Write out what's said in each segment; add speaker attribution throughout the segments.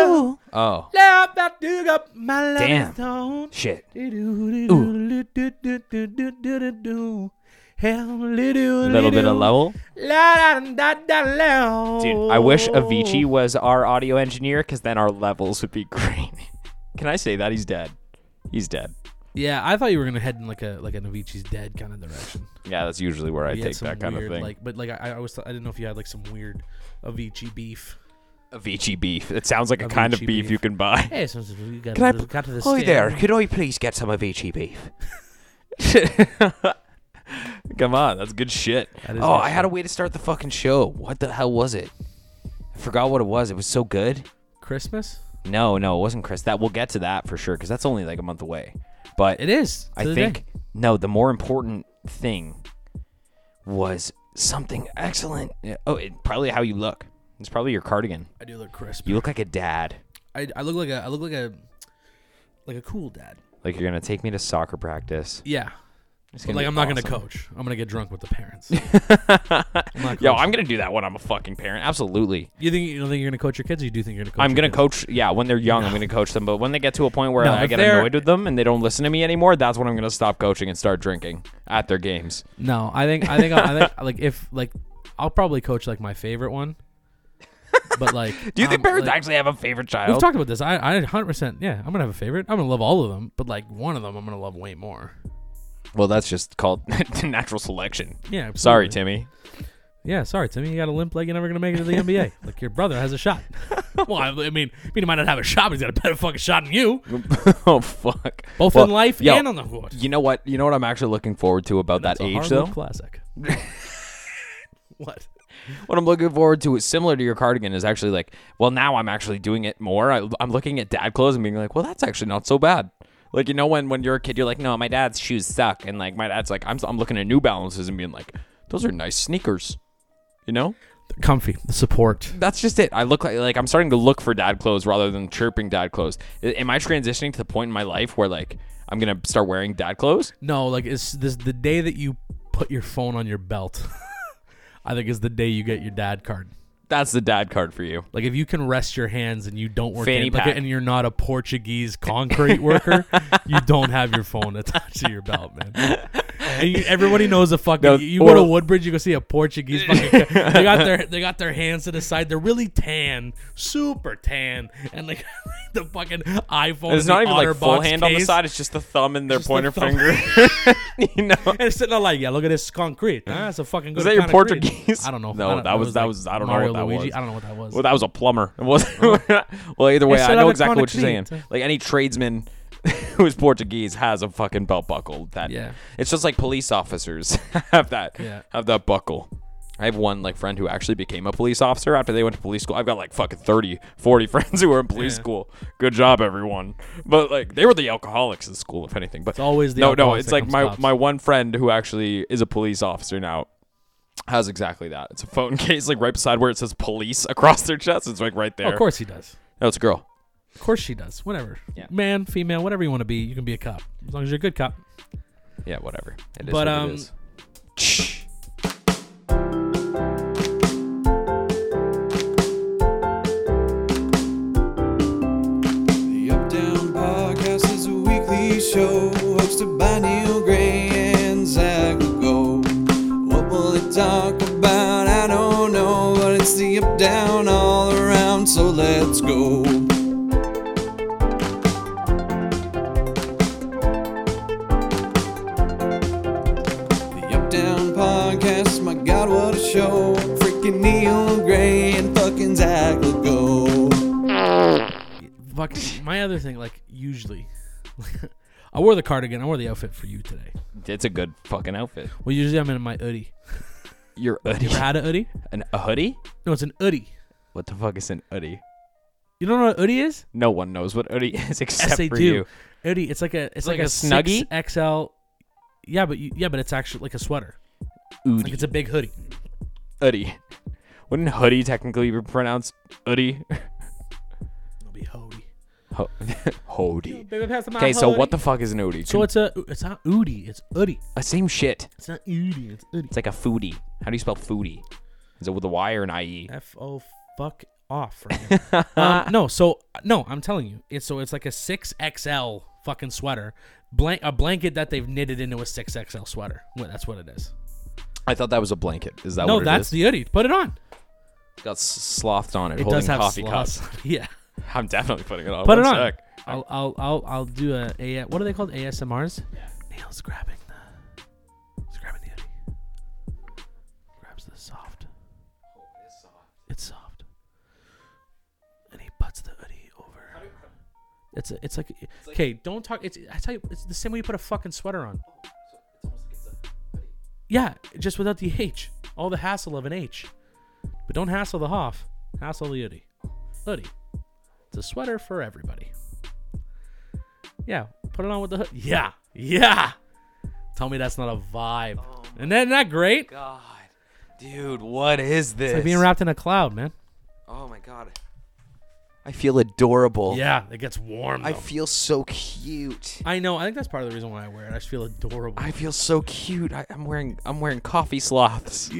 Speaker 1: Oh.
Speaker 2: Now I'm about to dig up my love
Speaker 1: Damn.
Speaker 2: stone.
Speaker 1: Shit. A
Speaker 2: Little
Speaker 1: little bit of level. Dude,
Speaker 2: Dude,
Speaker 1: I wish Avicii
Speaker 2: Oh.
Speaker 1: was our audio engineer because then our levels would be great. Can I say that? He's dead. He's dead.
Speaker 2: Yeah, I thought you were gonna head in like a like an Avicii's dead kind of direction.
Speaker 1: Yeah, that's usually where I
Speaker 2: You had
Speaker 1: take
Speaker 2: some
Speaker 1: that kind
Speaker 2: weird,
Speaker 1: of thing.
Speaker 2: Like, but like I, I was I didn't know if you had like some weird Avicii beef.
Speaker 1: Avicii beef. It sounds like a kind of
Speaker 2: Avicii
Speaker 1: beef,
Speaker 2: beef.
Speaker 1: you can buy.
Speaker 2: Hey, so you got,
Speaker 1: Can I-
Speaker 2: got to the
Speaker 1: Hi
Speaker 2: stand.
Speaker 1: there. Could I please get some Avicii beef? Come on, that's good shit.
Speaker 2: That is
Speaker 1: oh,
Speaker 2: good
Speaker 1: I had a
Speaker 2: shit.
Speaker 1: way to start the fucking show. What the hell was it? I forgot what it was. It was so good.
Speaker 2: Christmas?
Speaker 1: No, no, it wasn't Chris. That we'll get to that for sure because that's only like a month away. But
Speaker 2: It is.
Speaker 1: I
Speaker 2: to the day.
Speaker 1: think no, the more important thing was something excellent. Yeah, Oh, it, probably how you look. It's probably your cardigan.
Speaker 2: I do look crisp.
Speaker 1: You look like a dad.
Speaker 2: I, I look like a I look like a like a cool dad.
Speaker 1: Like you're gonna take me to soccer practice.
Speaker 2: Yeah.
Speaker 1: It's
Speaker 2: But,
Speaker 1: gonna
Speaker 2: like
Speaker 1: be
Speaker 2: I'm not
Speaker 1: awesome.
Speaker 2: gonna coach. I'm gonna get drunk with the parents. I'm not
Speaker 1: Yo,
Speaker 2: coaching.
Speaker 1: I'm gonna do that when I'm a fucking parent. Absolutely.
Speaker 2: You think you don't think you're gonna coach your kids? Or you do think you're gonna coach?
Speaker 1: I'm
Speaker 2: your
Speaker 1: gonna
Speaker 2: kids?
Speaker 1: coach. Yeah, when they're young, I'm gonna coach them. But when they get to a point where
Speaker 2: No,
Speaker 1: I
Speaker 2: if
Speaker 1: get
Speaker 2: they're-
Speaker 1: annoyed with them and they don't listen to me anymore, that's when I'm gonna stop coaching and start drinking at their games.
Speaker 2: No, I think I think I think like if like I'll probably coach like my favorite one. But like,
Speaker 1: Do you think
Speaker 2: um,
Speaker 1: parents
Speaker 2: like-
Speaker 1: actually have a favorite
Speaker 2: We've
Speaker 1: child?
Speaker 2: talked about this. I, I 100%. Yeah, I'm gonna have a favorite. I'm gonna love all of them, but like one of them, I'm gonna love way more.
Speaker 1: well, that's just called natural selection.
Speaker 2: Yeah.
Speaker 1: Sorry,
Speaker 2: absolutely.
Speaker 1: Timmy.
Speaker 2: Yeah, sorry, Timmy. You got a limp leg. You're never gonna make it to the NBA. Like your brother has a shot. well, I, I mean, I mean, he might not have a shot, but he's got a better fucking shot than you,
Speaker 1: oh fuck.
Speaker 2: both
Speaker 1: Well,
Speaker 2: in life
Speaker 1: yo,
Speaker 2: and on the court.
Speaker 1: You know what? You know what I'm actually looking forward to about that
Speaker 2: It's a
Speaker 1: age,
Speaker 2: Harlem
Speaker 1: though.
Speaker 2: classic. what?
Speaker 1: What I'm looking forward to is similar to your cardigan. Is actually like, well, now I'm actually doing it more. I, I'm looking at dad clothes and being like, well, that's actually not so bad. Like you know when when you're a kid, you're like, no, my dad's shoes suck, and like my dad's like, I'm I'm looking at New Balances and being like, those are nice sneakers. You know,
Speaker 2: Comfy. The support.
Speaker 1: that's just it. I look like like I'm starting to look for dad clothes rather than chirping dad clothes. A- Am I transitioning to the point in my life where like I'm gonna start wearing dad clothes?
Speaker 2: No, like it's this the day that you put your phone on your belt. I think is the day you get your dad card.
Speaker 1: That's the dad card for you.
Speaker 2: Like if you can rest your hands and you don't work
Speaker 1: Fanny
Speaker 2: in- like,
Speaker 1: pack.
Speaker 2: and you're not a Portuguese concrete worker, you don't have your phone attached to your belt, man. And you, everybody knows a fucking.
Speaker 1: No,
Speaker 2: you you go to
Speaker 1: or-
Speaker 2: Woodbridge, you go see a Portuguese. Fucking, they got their they got their hands to the side. They're really tan, super tan, and like the fucking iPhone.
Speaker 1: It's
Speaker 2: in the
Speaker 1: not even like full
Speaker 2: OtterBox
Speaker 1: hand on the
Speaker 2: case.
Speaker 1: side. It's just the thumb and their
Speaker 2: Just the
Speaker 1: pointer
Speaker 2: thumb.
Speaker 1: finger. you know,
Speaker 2: And it's sitting there like, yeah, look at this concrete. Ah, that's a fucking good.
Speaker 1: that your
Speaker 2: concrete.
Speaker 1: Portuguese?
Speaker 2: I don't know.
Speaker 1: No,
Speaker 2: I don't-
Speaker 1: that
Speaker 2: it
Speaker 1: was- that
Speaker 2: like
Speaker 1: was- I don't know
Speaker 2: Mario
Speaker 1: what that
Speaker 2: Luigi.
Speaker 1: was.
Speaker 2: I don't know what that was.
Speaker 1: well, that was a plumber. It wasn't. well, either way,
Speaker 2: It's
Speaker 1: I
Speaker 2: not
Speaker 1: know
Speaker 2: a
Speaker 1: exactly what you're saying.
Speaker 2: concrete.
Speaker 1: Like any tradesman who's Portuguese has a fucking belt buckle. That
Speaker 2: Yeah.
Speaker 1: it's just like police officers have that
Speaker 2: Yeah.
Speaker 1: have that buckle. I have one like friend who actually became a police officer after they went to police school. I've got like fucking 30, 40 friends who were in police
Speaker 2: Yeah.
Speaker 1: school. Good job, everyone. But like they were the alcoholics in school, if anything. But it's
Speaker 2: always the
Speaker 1: no, no.
Speaker 2: alcoholics
Speaker 1: It's
Speaker 2: that
Speaker 1: like
Speaker 2: comes
Speaker 1: my
Speaker 2: cops.
Speaker 1: my one friend who actually is a police officer now has exactly that. It's a phone case, like right beside where it says police across their chest. It's like right there.
Speaker 2: Oh, of course he does.
Speaker 1: No, it's a girl.
Speaker 2: Of course she does. Whatever.
Speaker 1: Yeah.
Speaker 2: Man, female, whatever you want to be, you can be a cop as long as you're a good cop.
Speaker 1: Yeah, whatever. It is
Speaker 2: But,
Speaker 1: what
Speaker 2: um,
Speaker 1: it is. Shh.
Speaker 3: The Uptown Podcast is a weekly show hosted by Neil Gray and Zach Legault. What will it talk about? I don't know, but it's the Uptown all around, so let's go. The Uptown Podcast, my god, what a show! Freaking Neil Gray and fucking Zach Legault.
Speaker 2: Fucking my other thing, like usually, I wore the cardigan. I wore the outfit for you today.
Speaker 1: It's a good fucking outfit.
Speaker 2: Well, usually I'm in my hoodie.
Speaker 1: Your hoodie.
Speaker 2: You ever had a hoodie?
Speaker 1: An, a hoodie?
Speaker 2: No, it's an hoodie.
Speaker 1: What the fuck is an hoodie?
Speaker 2: You don't know what a hoodie is?
Speaker 1: No one knows what hoodie is except
Speaker 2: yes, they
Speaker 1: for
Speaker 2: do.
Speaker 1: you.
Speaker 2: Hoodie. It's like a it's
Speaker 1: Like
Speaker 2: like,
Speaker 1: a Snuggie?
Speaker 2: six XL. Yeah, but you, yeah, but it's actually like a sweater. Like
Speaker 1: Hoodie.
Speaker 2: it's a big hoodie.
Speaker 1: hoodie. Wouldn't hoodie technically be pronounced hoodie?
Speaker 2: It'll be hoodie.
Speaker 1: Ho- hoodie. Okay, so what the fuck is an hoodie?
Speaker 2: So it's a it's not hoodie. It's hoodie.
Speaker 1: Uh, same shit.
Speaker 2: It's not hoodie. It's hoodie.
Speaker 1: E? It's like a foodie. How do you spell foodie? Is it with a Y or an IE?
Speaker 2: F O fuck off right now. um, no, so no, I'm telling you, it's so it's like a six XL fucking sweater, blank a blanket that they've knitted into a six XL sweater. Well, that's what it is.
Speaker 1: I thought that was a blanket. Is that
Speaker 2: no,
Speaker 1: Oh, what it
Speaker 2: that's
Speaker 1: is?
Speaker 2: the hoodie. Put it on.
Speaker 1: Got s- slothed on it,
Speaker 2: It
Speaker 1: holding
Speaker 2: does have
Speaker 1: coffee
Speaker 2: slots.
Speaker 1: cups.
Speaker 2: yeah,
Speaker 1: I'm definitely putting it on.
Speaker 2: put it
Speaker 1: One
Speaker 2: on.
Speaker 1: sec.
Speaker 2: I'll, I'll I'll I'll do a, a what are they called ASMRs? Neil's grabbing the he's grabbing the hoodie. Grabs the soft. Oh, It's soft. And he butts the hoodie over. It's a, it's like okay, don't talk. It's I tell you, it's the same way you put a fucking sweater on. Yeah, just without the H. All the hassle of an H. But don't hassle the Hoff. Hassle the hoodie. Hoodie. It's a sweater for everybody. Yeah, put it on with the hood. Yeah, yeah. Tell me that's not a vibe. and then that great?
Speaker 1: God, dude, what is this?
Speaker 2: Like being wrapped in a cloud, man.
Speaker 1: oh my god, I feel adorable.
Speaker 2: Yeah, it gets warm. Though. I,
Speaker 1: I feel so cute.
Speaker 2: know. I think that's part of the reason why I wear it. I just feel adorable.
Speaker 1: I feel so cute. I, I'm wearing I'm wearing coffee sloths.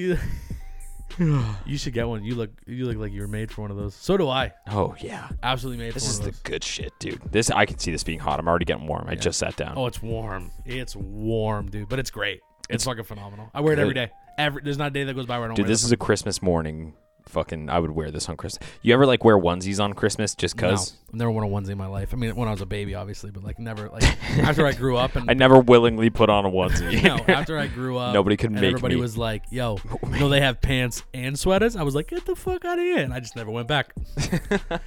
Speaker 2: you, you should get one. You look you look like you were made for one of those. So do I.
Speaker 1: Oh yeah,
Speaker 2: Absolutely made
Speaker 1: this
Speaker 2: for
Speaker 1: is
Speaker 2: one
Speaker 1: the
Speaker 2: of those.
Speaker 1: good shit, dude. This I can see this being hot. I'm already getting warm. I just sat down.
Speaker 2: oh, it's warm. It's warm, dude. But it's great. It's, fucking phenomenal. I wear it every
Speaker 1: good.
Speaker 2: day. Every there's not a day that goes by where I don't
Speaker 1: dude,
Speaker 2: wear
Speaker 1: this is a Christmas morning. Fucking, I would wear this on Christmas. You ever like wear onesies on Christmas just
Speaker 2: No,
Speaker 1: cause?
Speaker 2: I've never worn a onesie in my life. I mean, when I was a baby, obviously, but like never. Like after I grew up and
Speaker 1: I never willingly put on a onesie.
Speaker 2: no, after I grew up,
Speaker 1: Nobody could
Speaker 2: and
Speaker 1: make
Speaker 2: Everybody
Speaker 1: me.
Speaker 2: was like, "Yo, you know they have pants and sweaters." I was like, "Get the fuck out of here!" And I just never went back.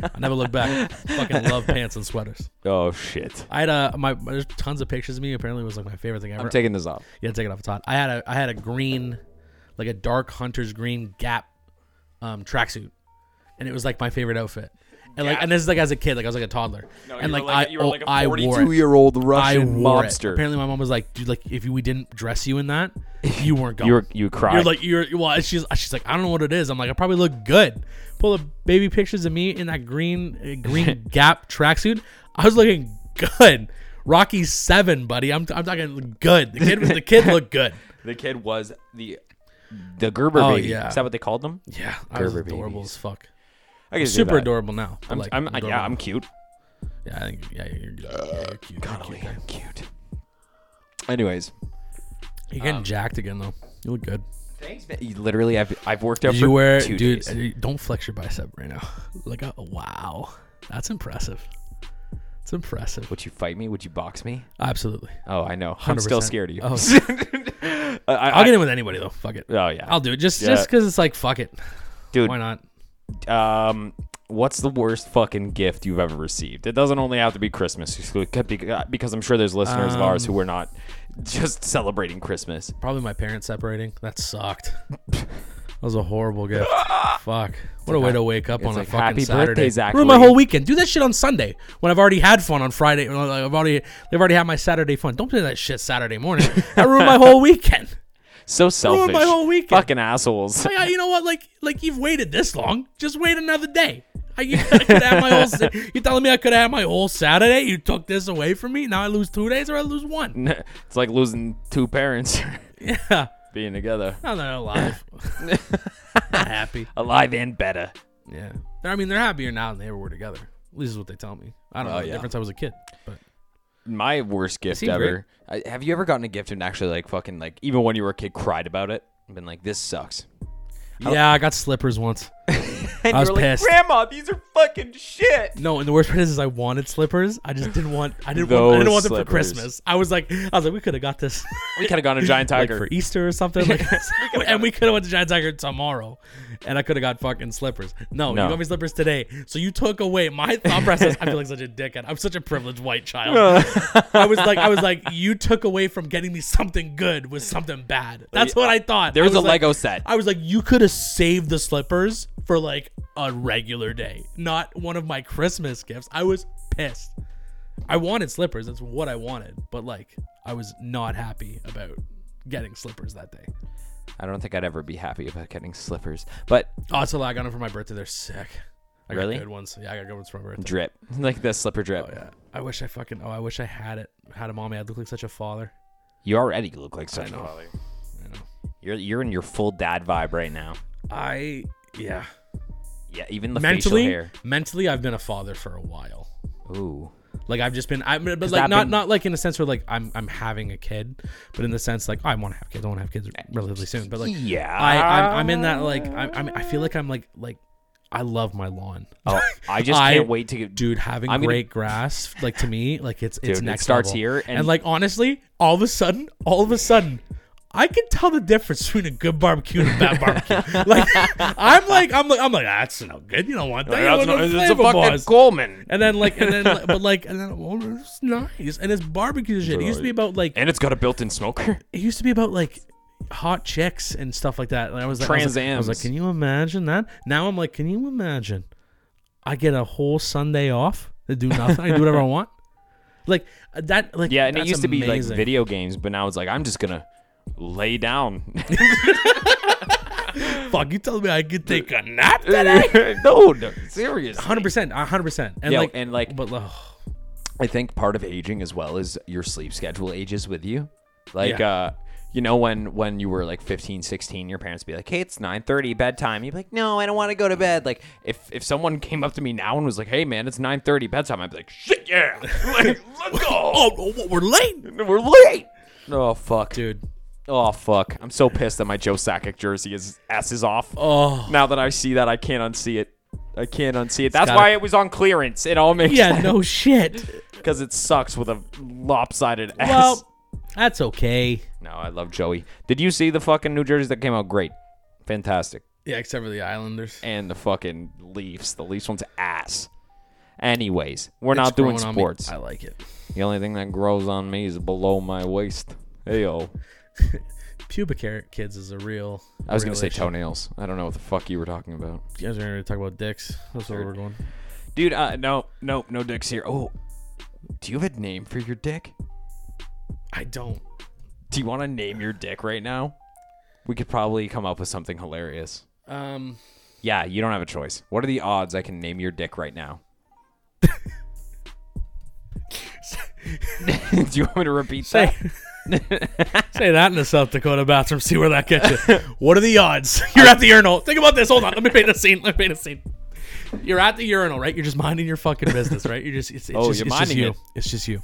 Speaker 2: I never looked back. Fucking love pants and sweaters.
Speaker 1: Oh shit.
Speaker 2: I had a my there's tons of pictures of me. Apparently, it was like my favorite thing ever.
Speaker 1: I'm taking this off.
Speaker 2: yeah, take it off. It's hot. I had a I had a green, like a dark hunter's green Gap, um, tracksuit, and it was like my favorite outfit. And like, and this is like as a kid, like I was like a toddler, and like, I, oh, I wore it.
Speaker 1: year old
Speaker 2: I
Speaker 1: Russian
Speaker 2: wore it.
Speaker 1: mobster.
Speaker 2: Apparently, my mom was like, "Dude, like if we didn't dress you in that, you weren't going."
Speaker 1: You were, you cried.
Speaker 2: You're like you're well. She's she's like I don't know what it is. I'm like I probably look good. Pull up baby pictures of me in that green uh, green Gap tracksuit. I was looking good. Rocky Seven, buddy. I'm I'm talking good. The kid was the kid looked good.
Speaker 1: the kid was the the Gerber
Speaker 2: Oh,
Speaker 1: baby.
Speaker 2: yeah.
Speaker 1: Is that what they called them?
Speaker 2: Yeah, I was
Speaker 1: Gerber
Speaker 2: adorable
Speaker 1: babies.
Speaker 2: as fuck.
Speaker 1: I can do
Speaker 2: Super
Speaker 1: that.
Speaker 2: adorable now. but,
Speaker 1: I'm,
Speaker 2: like,
Speaker 1: I'm,
Speaker 2: adorable.
Speaker 1: yeah, I'm cute.
Speaker 2: yeah, I think, yeah, you're, good. yeah, you're cute. You're cute.
Speaker 1: I'm cute. Anyways,
Speaker 2: You're
Speaker 1: Um,
Speaker 2: getting jacked again though. You look good.
Speaker 1: thanks. Man. Literally, I've I've worked out
Speaker 2: Did
Speaker 1: for
Speaker 2: you wear,
Speaker 1: two
Speaker 2: dude?
Speaker 1: days.
Speaker 2: uh, Don't flex your bicep right now. Look out! Wow, that's impressive. It's impressive.
Speaker 1: Would you fight me? Would you box me?
Speaker 2: Absolutely.
Speaker 1: Oh, I know. i am still
Speaker 2: 100%.
Speaker 1: scared of you.
Speaker 2: Oh.
Speaker 1: I, I-
Speaker 2: I'll get in with anybody though. Fuck it.
Speaker 1: Oh yeah,
Speaker 2: I'll do it just
Speaker 1: Yeah.
Speaker 2: just because it's like fuck it.
Speaker 1: dude.
Speaker 2: Why not?
Speaker 1: Um, what's the worst fucking gift you've ever received? It doesn't only have to be Christmas, it could be- uh, because I'm sure there's listeners of ours who
Speaker 2: Um,
Speaker 1: were not just celebrating Christmas.
Speaker 2: Probably my parents separating. That sucked. that was a horrible gift. fuck. What a way to wake up on
Speaker 1: like,
Speaker 2: a fucking
Speaker 1: "Happy
Speaker 2: Saturday.
Speaker 1: birthday, Zachary."
Speaker 2: Ruin my whole weekend. Do that shit on Sunday when I've already had fun on Friday. when I- I've already they've already had my Saturday fun. Don't play that shit Saturday morning. that ruined my whole weekend.
Speaker 1: So selfish.
Speaker 2: Ruined my whole weekend.
Speaker 1: Fucking assholes.
Speaker 2: Like, I- you know what? Like, like you've waited this long. Just wait another day. I, you, I could have my whole. sa- You telling me I could have my whole Saturday? You took this away from me. Now I lose two days, or I lose one.
Speaker 1: it's like losing two parents Mm.
Speaker 2: Yeah,
Speaker 1: being together.
Speaker 2: now they're alive. Not happy.
Speaker 1: Alive and better.
Speaker 2: Yeah, They're- I mean they're happier now than they ever were together. At least is what they tell me. I don't
Speaker 1: Oh,
Speaker 2: know the
Speaker 1: yeah.
Speaker 2: difference. I was a kid, but
Speaker 1: My worst gift
Speaker 2: seem
Speaker 1: ever. I, have you ever gotten a gift and actually like fucking like even when you were a kid cried about it and been like this sucks?
Speaker 2: yeah, I got slippers once.
Speaker 1: And
Speaker 2: I was
Speaker 1: you were
Speaker 2: pissed.
Speaker 1: like, Grandma, these are fucking shit.
Speaker 2: No, and the worst part is, is I wanted slippers. I just didn't want. I didn't want. I
Speaker 1: Those
Speaker 2: didn't want them for
Speaker 1: slippers.
Speaker 2: Christmas. I was like, I was like, we could have got this.
Speaker 1: We could have gone to Giant
Speaker 2: like
Speaker 1: Tiger.
Speaker 2: for e- Easter or something. Like, and we could have went to Giant Tiger tomorrow, and I could have got fucking slippers. No,
Speaker 1: No.
Speaker 2: you got me slippers today. So you took away my thought process. I feel like such a dickhead. I'm such a privileged white child. I was like, I was like, you took away from getting me something good with something bad. That's what I thought.
Speaker 1: there
Speaker 2: I
Speaker 1: was, a
Speaker 2: like-
Speaker 1: Lego set.
Speaker 2: I was like, you could have saved the slippers for like a regular day, not one of my Christmas gifts. I was pissed. I wanted slippers. That's what I wanted. But like, I was not happy about getting slippers that day.
Speaker 1: I don't think I'd ever be happy about getting slippers, but
Speaker 2: Oh, it's a lie. I got them for my birthday. They're sick. I
Speaker 1: Really?
Speaker 2: got good ones. Yeah, I got good ones for my birthday.
Speaker 1: drip, like the slipper drip.
Speaker 2: Oh, Yeah. I wish I fucking, oh, I wish I had it. Had a mommy. I'd look like such a father.
Speaker 1: You already look like such a father. You're you're in your full dad vibe right now.
Speaker 2: I, yeah.
Speaker 1: Yeah, even the facial
Speaker 2: mentally,
Speaker 1: hair.
Speaker 2: mentally, I've been a father for a while.
Speaker 1: Ooh.
Speaker 2: Like I've just been, I'm, but
Speaker 1: that
Speaker 2: like not
Speaker 1: been-
Speaker 2: not like in a sense where like I'm I'm having a kid, but in the sense like I want to have kids, I want to have kids relatively soon. But like
Speaker 1: Yeah.
Speaker 2: I I'm, I'm in that like I I'm, I feel like I'm like like I love my lawn,
Speaker 1: Oh, I just
Speaker 2: I-
Speaker 1: can't wait to get.
Speaker 2: dude. Having
Speaker 1: I'm gonna-
Speaker 2: great grass, like to me, like it's it's
Speaker 1: Dude, it
Speaker 2: next
Speaker 1: starts
Speaker 2: level.
Speaker 1: here and-
Speaker 2: and like honestly, all of a sudden, all of a sudden. I can tell the difference between a good barbecue and a bad barbecue. like I'm like I'm like I'm like "Ah, that's no good. You don't want that. You want the flavor bars."
Speaker 1: Coleman.
Speaker 2: And then like, and then like, but like, and then oh, it's nice, and it's barbecue shit. It used to be about like,
Speaker 1: And it's got a built-in smoker.
Speaker 2: it used to be about like hot chicks and stuff like that. And I was like, I was like, I was
Speaker 1: Transams.
Speaker 2: like, can you imagine that? Now I'm like, can you imagine? I get a whole Sunday off to do nothing. I can do whatever I want. Like uh, that, like
Speaker 1: Yeah, and
Speaker 2: that's
Speaker 1: it used to be like
Speaker 2: amazing.
Speaker 1: video games, but now it's like I'm just gonna lay down.
Speaker 2: Fuck, you telling me I could take a nap?
Speaker 1: no, no, serious.
Speaker 2: Hundred percent, hundred percent, and
Speaker 1: Yeah,
Speaker 2: like,
Speaker 1: and, like-
Speaker 2: but oh,
Speaker 1: I think part of aging as well is your sleep schedule ages with you. Like
Speaker 2: Yeah.
Speaker 1: uh you know when when you were like 15, 16, your parents would be like, "Hey, it's 9:30 bedtime." You'd be like, "No, I don't want to go to bed." Like if if someone came up to me now and was like, "Hey man, it's 9:30 bedtime." I'd be like, "Shit, yeah. Like, let's go.
Speaker 2: oh, oh, we're late,
Speaker 1: We're late." Oh fuck.
Speaker 2: dude.
Speaker 1: Oh fuck. I'm so pissed that my Joe Sakic jersey is ass is off.
Speaker 2: Oh,
Speaker 1: Now that I see that, I can't unsee it. I can't unsee it. That's
Speaker 2: gotta-
Speaker 1: why it was on clearance. It all makes
Speaker 2: yeah, no shit.
Speaker 1: because it sucks with a lopsided ass.
Speaker 2: Well, that's okay.
Speaker 1: No, I love Joey. Did you see the fucking New Jersey that came out great? Fantastic.
Speaker 2: Yeah, except for the Islanders.
Speaker 1: And the fucking Leafs. The Leafs one's ass. Anyways, we're
Speaker 2: It's
Speaker 1: not doing
Speaker 2: growing on me.
Speaker 1: sports.
Speaker 2: I like it.
Speaker 1: The only thing that grows on me is below my waist. Ayo.
Speaker 2: Pubic hair, kids, is a real.
Speaker 1: I was
Speaker 2: real
Speaker 1: gonna say
Speaker 2: issue.
Speaker 1: toenails. I don't know what the fuck you were talking about.
Speaker 2: You guys are going to talk about dicks. That's where we're going.
Speaker 1: Dude, uh no, no, no dicks here. Oh. Do you have a name for your dick?
Speaker 2: I don't.
Speaker 1: Do you wanna name your dick right now? We could probably come up with something hilarious.
Speaker 2: Um,
Speaker 1: Yeah, you don't have a choice. What are the odds I can name your dick right now? Do you want me to repeat
Speaker 2: say, say that in the South Dakota bathroom. See where that gets you. What are the odds? You're at the urinal. Think about this. Hold on. Let me paint a scene. Let me paint a scene. You're at the urinal, right? You're just minding your fucking business, right? You're just it's, it's
Speaker 1: Oh,
Speaker 2: just,
Speaker 1: you're
Speaker 2: it's just
Speaker 1: minding
Speaker 2: you.
Speaker 1: it.
Speaker 2: It's just you.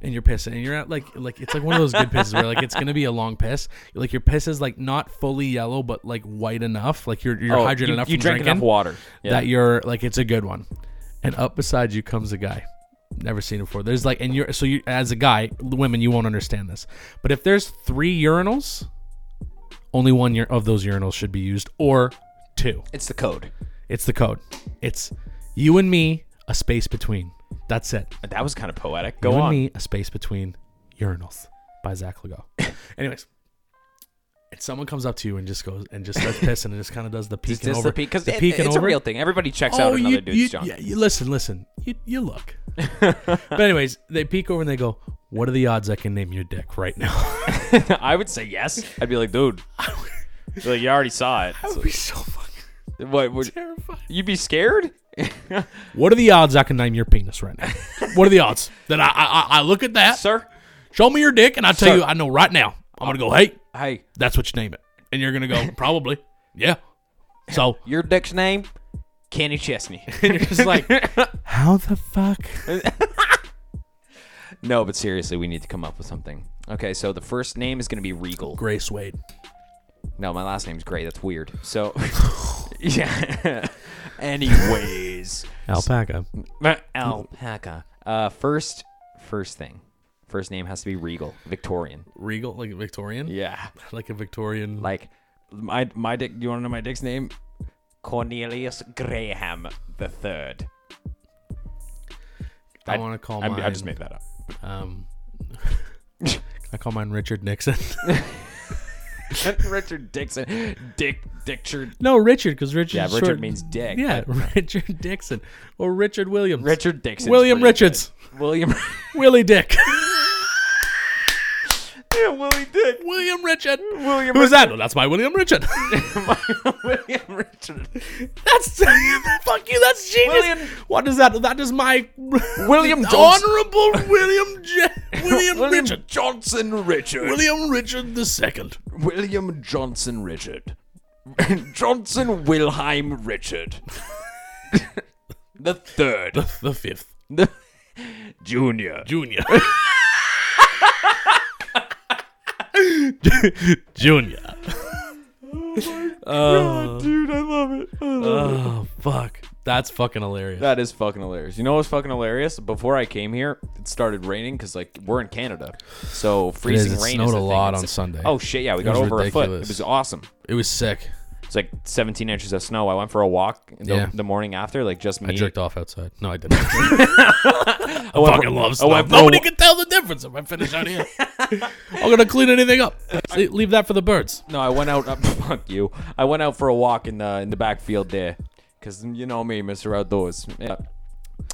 Speaker 2: And you're pissing, and you're at like like it's like one of those good pisses where like it's gonna be a long piss. Like your piss is like not fully yellow, but like white enough. Like you're you're
Speaker 1: Oh,
Speaker 2: hydrated
Speaker 1: you,
Speaker 2: enough.
Speaker 1: You
Speaker 2: from
Speaker 1: drank
Speaker 2: drinking.
Speaker 1: enough water. Yeah.
Speaker 2: that you're like it's a good one. And up beside you comes a guy. Never seen before. There's like and you're so you as a guy, women, you won't understand this. But if there's three urinals, only one ur- of those urinals should be used, or two.
Speaker 1: it's the code.
Speaker 2: It's the code. It's you and me, a space between. That's it.
Speaker 1: That was kind of poetic.
Speaker 2: you
Speaker 1: Go
Speaker 2: and
Speaker 1: on.
Speaker 2: me, a space between urinals by Zach Legault. Anyways. And someone comes up to you and just goes and just starts pissing and just kind of does the
Speaker 1: Is
Speaker 2: peeking
Speaker 1: this
Speaker 2: over.
Speaker 1: the peak? Because
Speaker 2: the
Speaker 1: it,
Speaker 2: peeking
Speaker 1: it's
Speaker 2: over. Oh,
Speaker 1: a real thing. Everybody checks out another
Speaker 2: you,
Speaker 1: dude's
Speaker 2: you-
Speaker 1: junk.
Speaker 2: yeah, you- listen, listen. You, you look. but anyways, they peek over and they go, "What are the odds I can name your dick right now?"
Speaker 1: I would say yes. I'd be like, dude. Be like you already saw it.
Speaker 2: I would be so fucking
Speaker 1: What? Would,
Speaker 2: terrified.
Speaker 1: you'd be scared?
Speaker 2: What are the odds I can name your penis right now? what are the odds that I I, I- I look at that?
Speaker 1: Sir?
Speaker 2: Show me your dick, and I tell
Speaker 1: Sir.
Speaker 2: you, I know right now. I'm gonna go, "Hey,
Speaker 1: Hey,
Speaker 2: that's what you name it," and you're gonna go, "Probably, yeah." So
Speaker 1: your dick's name? Kenny Chesney.
Speaker 2: you're just like, "How the fuck?"
Speaker 1: no, but seriously, we need to come up with something. Okay, so the first name is going to be Regal.
Speaker 2: Grace Wade.
Speaker 1: No, my last name's Gray. That's weird. So, yeah. Anyways,
Speaker 2: Alpaca.
Speaker 1: alpaca. Uh, first, first thing, first name has to be Regal, Victorian.
Speaker 2: Regal, like Victorian,
Speaker 1: Yeah.
Speaker 2: like a Victorian.
Speaker 1: Like my my dick. Do you want to know my dick's name? Cornelius Graham the Third.
Speaker 2: I wanna call
Speaker 1: I'm- I
Speaker 2: mine-
Speaker 1: just made that up.
Speaker 2: Um, I call mine Richard Nixon.
Speaker 1: Richard Dixon. Dick. Dickchard.
Speaker 2: no, Richard, because Richard.
Speaker 1: Yeah,
Speaker 2: is
Speaker 1: Richard
Speaker 2: short.
Speaker 1: means dick.
Speaker 2: Yeah, Richard Dixon or Richard Williams.
Speaker 1: Richard Dixon.
Speaker 2: William Richards.
Speaker 1: William.
Speaker 2: Willie Dick.
Speaker 1: yeah, Willie Dick.
Speaker 2: William Richard.
Speaker 1: William.
Speaker 2: Who's that? Oh, that's my William Richard.
Speaker 1: William Richard.
Speaker 2: that's fuck you. That's genius.
Speaker 1: William-
Speaker 2: What is that? That is my
Speaker 1: William Johnson.
Speaker 2: honorable William Je- William, Richard.
Speaker 1: Johnson Richard.
Speaker 2: William Richard the second.
Speaker 1: William Johnson Richard. Johnson Wilhelm Richard. the third.
Speaker 2: The fifth.
Speaker 1: The- Junior.
Speaker 2: Junior. Junior. Oh,
Speaker 1: Dude, I love it. I love it.
Speaker 2: oh, fuck. That's fucking hilarious.
Speaker 1: That is fucking hilarious. You know what's fucking hilarious? Before I came here, it started raining because like we're in Canada, so freezing
Speaker 2: It
Speaker 1: rain.
Speaker 2: snowed
Speaker 1: is
Speaker 2: a
Speaker 1: thing.
Speaker 2: lot
Speaker 1: It's
Speaker 2: on
Speaker 1: like-
Speaker 2: Sunday.
Speaker 1: Oh shit! Yeah, we got
Speaker 2: was
Speaker 1: over a foot.
Speaker 2: ridiculous.
Speaker 1: It was awesome.
Speaker 2: It was sick.
Speaker 1: It's like 17 inches of snow. I went for a walk in the,
Speaker 2: Yeah.
Speaker 1: the morning after, like just me.
Speaker 2: I jerked off outside. No, I didn't. I
Speaker 1: I went
Speaker 2: fucking
Speaker 1: for-
Speaker 2: love
Speaker 1: Oh,
Speaker 2: snow.
Speaker 1: I went for a
Speaker 2: Nobody
Speaker 1: wa-
Speaker 2: can tell the difference if I finish out here. I'm gonna clean anything up. Le- Leave that for the birds.
Speaker 1: No, I went out. fuck you. I went out for a walk in the in the backfield there, cause you know me, Mister Outdoors. Yeah.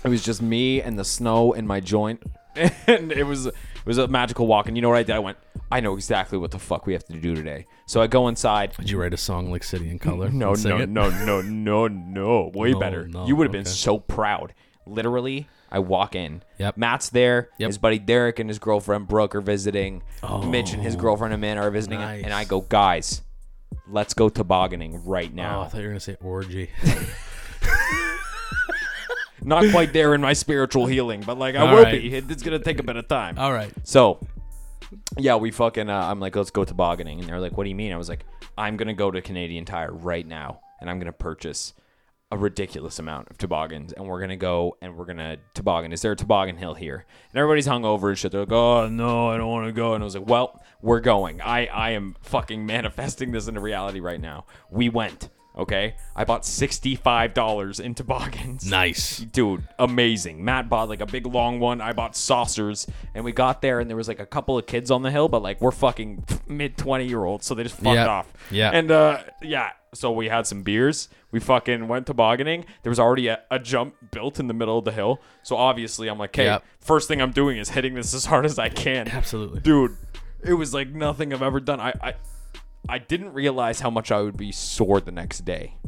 Speaker 1: It was just me and the snow in my joint, and it was it was a magical walk. And you know what I did? I went. I know exactly what the fuck we have to do today. So I go inside.
Speaker 2: Did you write a song like City in Color?
Speaker 1: No,
Speaker 2: and sing
Speaker 1: no,
Speaker 2: it?
Speaker 1: no, no, no, no. Way
Speaker 2: No,
Speaker 1: better.
Speaker 2: no,
Speaker 1: you would have been
Speaker 2: okay.
Speaker 1: so proud. Literally, I walk in.
Speaker 2: Yep.
Speaker 1: Matt's there.
Speaker 2: Yep. Oh,
Speaker 1: His buddy Derek and his girlfriend Brooke are visiting. Mitch and his girlfriend Amanda are visiting.
Speaker 2: nice.
Speaker 1: And I go, guys, let's go tobogganing right
Speaker 2: Oh, I
Speaker 1: now.
Speaker 2: thought you were gonna say orgy.
Speaker 1: Not quite there in my spiritual healing, but like I
Speaker 2: All
Speaker 1: will
Speaker 2: right.
Speaker 1: be. It- It's gonna take a bit of time.
Speaker 2: All right.
Speaker 1: So, yeah, we fucking. Uh, I'm like, let's go tobogganing, and they're like, "What do you mean?" I was like, "I'm gonna go to Canadian Tire right now, and I'm gonna purchase a ridiculous amount of toboggans, and we're gonna go and we're gonna toboggan. Is there a toboggan hill here?" And everybody's hungover and shit. They're like, "Oh no, I don't want to go." And I was like, "Well, we're going. I I am fucking manifesting this into reality right now. We went." Okay, I bought sixty-five dollars in toboggans.
Speaker 2: Nice.
Speaker 1: Dude, amazing. Matt bought like a big long one. I bought saucers, and we got there, and there was like a couple of kids on the hill, but like we're fucking mid twenty year olds, so they just fucked
Speaker 2: Yeah.
Speaker 1: off.
Speaker 2: Yeah.
Speaker 1: And uh, yeah, so we had some beers. We fucking went tobogganing. There was already a, a jump built in the middle of the hill, so obviously I'm like, okay,
Speaker 2: Yep.
Speaker 1: first thing I'm doing is hitting this as hard as I can.
Speaker 2: Absolutely.
Speaker 1: Dude, it was like nothing I've ever done. I I, I didn't realize how much I would be sore the next day.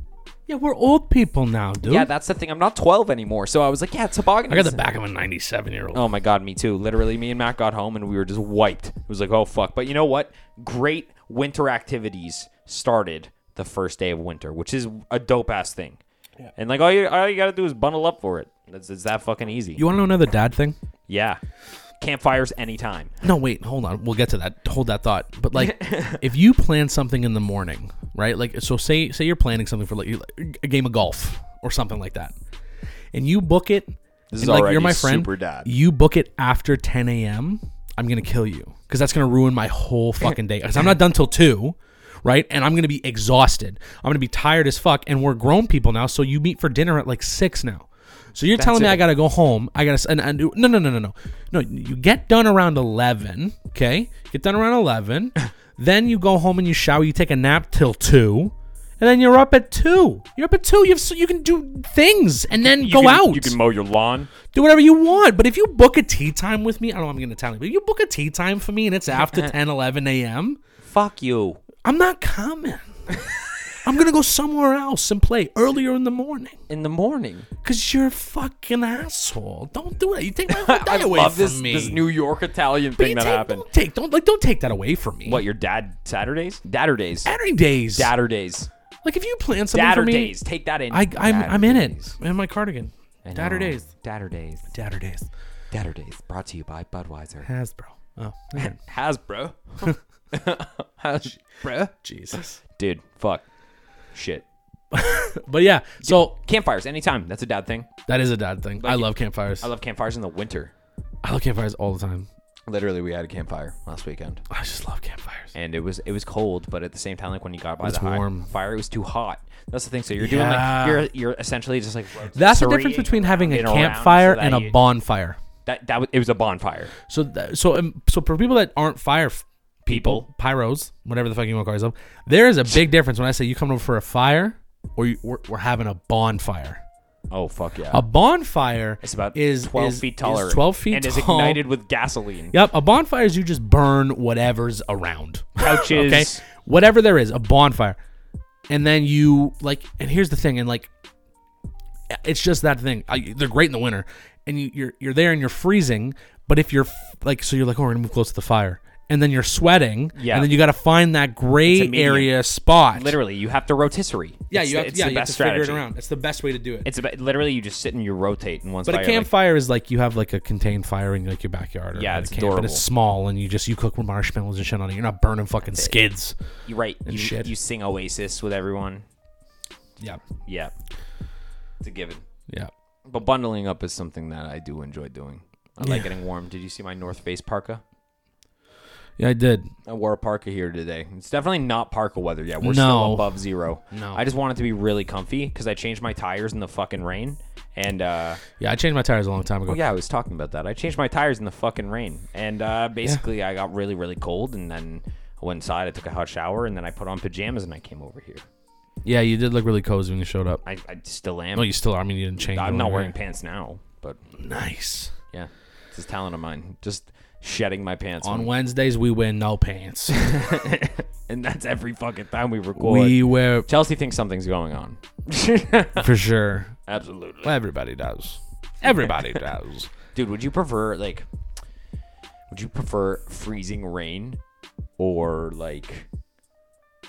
Speaker 2: Yeah, we're old people now, dude.
Speaker 1: Yeah, that's the thing. I'm not 12 anymore, so I was like, yeah, tobogganing.
Speaker 2: I got the back of a 97 year old.
Speaker 1: Oh my god, me too. Literally, me and Matt got home and we were just wiped. It was like, oh fuck. But you know what? Great winter activities started the first day of winter, which is a dope ass thing. And like all you all you gotta do is bundle up for it. It's, it's that fucking easy.
Speaker 2: You want to know another dad thing?
Speaker 1: yeah. Campfires anytime.
Speaker 2: No, wait, hold on. We'll get to that. Hold that thought. But like, if you plan something in the morning, right? Like, so say say you're planning something for like a game of golf or something like that, and you book it. This
Speaker 1: is
Speaker 2: and, like,
Speaker 1: already
Speaker 2: you're my friend.
Speaker 1: super dad.
Speaker 2: You book it after 10 a.m. I'm gonna kill you because that's gonna ruin my whole fucking day. Because I'm not done till two. Right, and I'm gonna be exhausted. I'm gonna be tired as fuck. And we're grown people now, so you meet for dinner at like six now. So you're telling me
Speaker 1: it.
Speaker 2: I gotta go home. I gotta s- and, and no no no no no no. You get done around eleven, okay? Get done around eleven. then you go home and you shower. You take a nap till two, and then you're up at two. You're up at two. You have, so you can do things and then
Speaker 1: You
Speaker 2: go
Speaker 1: can-
Speaker 2: out.
Speaker 1: You can mow your lawn.
Speaker 2: do whatever you want. But if you book a tea time with me, I don't know. I'm gonna tell you, but if you book a tea time for me and it's after 10, 11 a.m.
Speaker 1: Fuck you.
Speaker 2: I'm not coming. I'm gonna go somewhere else and play earlier in the morning.
Speaker 1: In the morning.
Speaker 2: Cause you're a fucking asshole. Don't do that. You take my whole
Speaker 1: I
Speaker 2: day away
Speaker 1: love
Speaker 2: from
Speaker 1: this
Speaker 2: me.
Speaker 1: this New York Italian
Speaker 2: But
Speaker 1: thing
Speaker 2: you
Speaker 1: that
Speaker 2: take-
Speaker 1: happened.
Speaker 2: Don't take don't like don't take that away from me.
Speaker 1: What, your dad Saturdays? Datterdays.
Speaker 2: Saturday days?
Speaker 1: Datterdays.
Speaker 2: like if you plan something for me,
Speaker 1: Datterdays. Take that in.
Speaker 2: I I'm I'm in it.
Speaker 1: Datterdays.
Speaker 2: I'm in my cardigan. Datter days.
Speaker 1: Datter days.
Speaker 2: Datter days.
Speaker 1: Datter days. Brought to you by Budweiser.
Speaker 2: Hasbro. Oh, man.
Speaker 1: Hasbro. Hasbro.
Speaker 2: Jesus.
Speaker 1: Dude, fuck. Shit.
Speaker 2: But yeah, so
Speaker 1: Campfires anytime. That's a dad thing.
Speaker 2: that is a dad thing. I love campfires.
Speaker 1: I love campfires in the winter.
Speaker 2: I love campfires all the time.
Speaker 1: Literally, we had a campfire last weekend,
Speaker 2: I just love campfires.
Speaker 1: and it was it was cold, but at the same time, like when you got by
Speaker 2: It's
Speaker 1: the hi-
Speaker 2: warm.
Speaker 1: fire, it was too hot. That's the thing. So you're
Speaker 2: Yeah.
Speaker 1: doing like you're you're essentially just like
Speaker 2: That's the
Speaker 1: serrating
Speaker 2: difference between having a
Speaker 1: around and around
Speaker 2: campfire
Speaker 1: so that
Speaker 2: and a
Speaker 1: you-
Speaker 2: bonfire.
Speaker 1: That that was, it was a bonfire.
Speaker 2: So th- so um, so for people that aren't fire f- people,
Speaker 1: People.
Speaker 2: pyros, whatever the fuck you want to call yourself, there is a big difference when I say you come over for a fire or you, we're, we're having a bonfire.
Speaker 1: Oh fuck yeah!
Speaker 2: A bonfire
Speaker 1: it's about
Speaker 2: is
Speaker 1: twelve
Speaker 2: is-
Speaker 1: feet taller.
Speaker 2: Is Twelve feet
Speaker 1: and is
Speaker 2: tall.
Speaker 1: ignited with gasoline.
Speaker 2: Yep, a bonfire is you just burn whatever's around.
Speaker 1: Couches.
Speaker 2: okay, whatever there is, a bonfire, and then you like. And here's the thing, and like, it's just that thing. I, they're great in the winter, and you, you're you're there and you're freezing. But if you're f- like, so you're like, oh, we're gonna move close to the fire, and then you're sweating,
Speaker 1: Yeah.
Speaker 2: and then you got to find that
Speaker 1: It's
Speaker 2: gray
Speaker 1: a medium.
Speaker 2: area spot.
Speaker 1: Literally, you have to rotisserie.
Speaker 2: yeah,
Speaker 1: It's
Speaker 2: you
Speaker 1: the-
Speaker 2: have to,
Speaker 1: it's
Speaker 2: yeah,
Speaker 1: the
Speaker 2: you have
Speaker 1: best
Speaker 2: to
Speaker 1: strategy.
Speaker 2: figure it around. It's the best way to do it.
Speaker 1: It's about, literally you just sit and you rotate in one
Speaker 2: but
Speaker 1: spot.
Speaker 2: a
Speaker 1: you're like,
Speaker 2: campfire is like you have like a contained fire in like your backyard. Or
Speaker 1: Yeah,
Speaker 2: at a
Speaker 1: it's
Speaker 2: camp,
Speaker 1: adorable.
Speaker 2: And it's small, and you just you cook marshmallows and shit on it. You're not burning fucking skids.
Speaker 1: you right, you,
Speaker 2: shit.
Speaker 1: you sing Oasis with everyone.
Speaker 2: Yeah,
Speaker 1: Yeah, it's a given.
Speaker 2: yeah.
Speaker 1: But bundling up is something that I do enjoy doing. I like getting warm. Did you see my North Face parka?
Speaker 2: Yeah, I did.
Speaker 1: I wore a parka here today. It's definitely not parka weather yet. We're
Speaker 2: No.
Speaker 1: still above zero.
Speaker 2: No.
Speaker 1: I just want it to be really comfy because I changed my tires in the fucking rain. And uh,
Speaker 2: Yeah, I changed my tires a long time ago.
Speaker 1: oh yeah, I was talking about that. I changed my tires in the fucking rain, and uh, basically I got really really cold, and then I went inside. I took a hot shower, and then I put on pajamas, and I came over here.
Speaker 2: Yeah, you did look really cozy when you showed up.
Speaker 1: I, I still am.
Speaker 2: No, you still are. I mean, you didn't change.
Speaker 1: I'm
Speaker 2: or
Speaker 1: not
Speaker 2: whatever.
Speaker 1: wearing pants now, but
Speaker 2: Nice.
Speaker 1: yeah, it's a talent of mine. Just shedding my pants
Speaker 2: On
Speaker 1: on,
Speaker 2: Wednesdays we wear no pants.
Speaker 1: and that's every fucking time we record.
Speaker 2: we wear
Speaker 1: Chelsea thinks something's going on.
Speaker 2: for sure.
Speaker 1: Absolutely.
Speaker 2: Well, everybody does. Everybody does.
Speaker 1: Dude, would you prefer like would you prefer freezing rain or like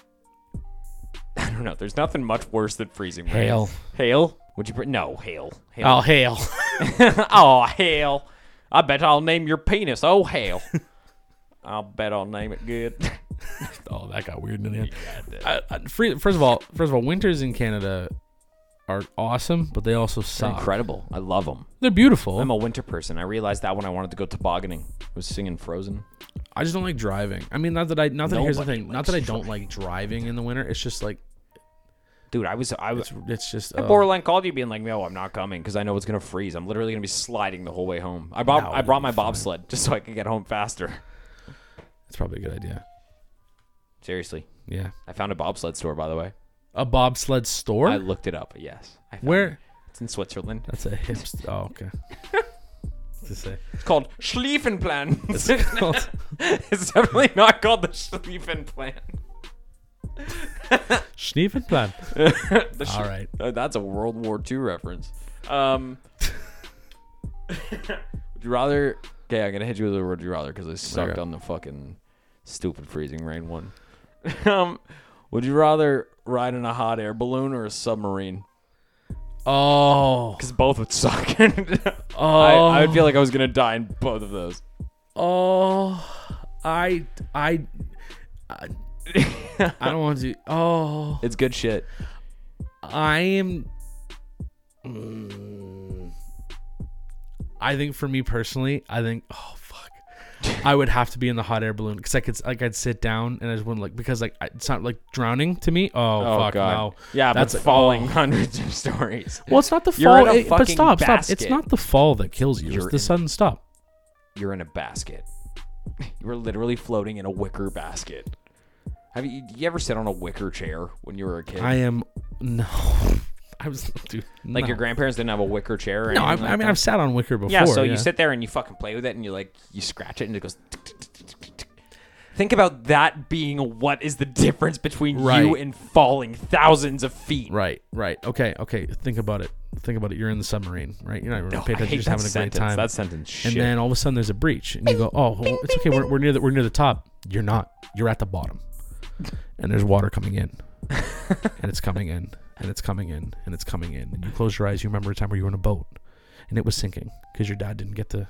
Speaker 1: I don't know. There's nothing much worse than freezing rain.
Speaker 2: Hail.
Speaker 1: Hail? Would you pre- No, hail. Hail.
Speaker 2: Oh hail.
Speaker 1: oh, hail. I bet I'll name your penis. Oh, hail. I'll bet I'll name it good.
Speaker 2: oh, that got weird in the end. I, I, free, first of all, first of all, winters in Canada are awesome, but they also suck.
Speaker 1: Incredible. I love them.
Speaker 2: They're beautiful.
Speaker 1: I'm a winter person. I realized that when I wanted to go tobogganing. I was singing Frozen.
Speaker 2: I just don't like driving. I mean, not that I not that here's the
Speaker 1: Nobody
Speaker 2: thing. Not
Speaker 1: likes
Speaker 2: that I don't like driving in the winter. It's just like
Speaker 1: Dude, I was I was
Speaker 2: it's, it's just uh,
Speaker 1: Borderline called you being like, no, I'm not coming because I know it's gonna freeze. I'm literally gonna be sliding the whole way home. I bought
Speaker 2: No,
Speaker 1: I brought my bobsled just so I could get home faster.
Speaker 2: it's probably a good idea.
Speaker 1: Seriously,
Speaker 2: Yeah.
Speaker 1: I found a bobsled store by the way.
Speaker 2: A bobsled store?
Speaker 1: I looked it up. Yes, I found
Speaker 2: Where?
Speaker 1: it. it's in Switzerland.
Speaker 2: That's a hipster. Oh, okay. to say.
Speaker 1: It's called Schlieffenplan. It's,
Speaker 2: called-
Speaker 1: definitely not called the Schlieffenplan.
Speaker 2: Schneefen plan.
Speaker 1: The Sch-
Speaker 2: All right.
Speaker 1: Uh, That's a World War II reference. Um, would you rather? Okay, I'm gonna hit you with a would you rather because I sucked
Speaker 2: Okay.
Speaker 1: on the fucking stupid freezing rain one. um, would you rather ride in a hot air balloon or a submarine?
Speaker 2: Oh.
Speaker 1: Because both would suck. I,
Speaker 2: Oh.
Speaker 1: I would feel like I was gonna die in both of those.
Speaker 2: Oh, I, I, I, I don't want to. Oh,
Speaker 1: It's good shit.
Speaker 2: I am. Mm. I think for me personally, I think oh fuck, I would have to be in the hot air balloon because I could like I'd sit down and I just wouldn't like because like I- it's not like drowning to me. Oh,
Speaker 1: Oh
Speaker 2: fuck
Speaker 1: god.
Speaker 2: no.
Speaker 1: Yeah,
Speaker 2: That's oh.
Speaker 1: but
Speaker 2: like-
Speaker 1: falling hundreds of stories.
Speaker 2: Well, it's not the fall.
Speaker 1: You're in a
Speaker 2: it- but
Speaker 1: fucking
Speaker 2: stop, stop.
Speaker 1: basket.
Speaker 2: It's not the fall that kills you.
Speaker 1: You're
Speaker 2: it's the
Speaker 1: in-
Speaker 2: sudden stop.
Speaker 1: you're in a basket. You were literally floating in a wicker basket. Have you, you ever sit on a wicker chair when you were a kid?
Speaker 2: I am no. I was dude.
Speaker 1: like
Speaker 2: no.
Speaker 1: your grandparents didn't have a wicker chair. Or
Speaker 2: No, I,
Speaker 1: anything like
Speaker 2: I mean
Speaker 1: that?
Speaker 2: I've sat on wicker before.
Speaker 1: yeah. So you sit there and you fucking play with it, and you like you scratch it, and it goes. tick, tick, tick, tick, tick, tick. Think about that being what is the difference between you
Speaker 2: Right.
Speaker 1: and falling thousands of feet.
Speaker 2: Right, right. Okay, okay. Think about it. Think about it. You're in the submarine, right? You're not even
Speaker 1: No,
Speaker 2: paying
Speaker 1: Oh, I
Speaker 2: attention.
Speaker 1: hate
Speaker 2: You're just
Speaker 1: that
Speaker 2: having a
Speaker 1: sentence.
Speaker 2: great time.
Speaker 1: That sentence. Shit.
Speaker 2: and then all of a sudden there's a breach, and you go, "Oh, well, it's okay. We're, we're near the we're near the top. You're not. You're at the bottom, and there's water coming in, and it's coming in, and it's coming in, and it's coming in. And you close your eyes. You remember a time where you were in a boat, and it was sinking because your dad didn't get the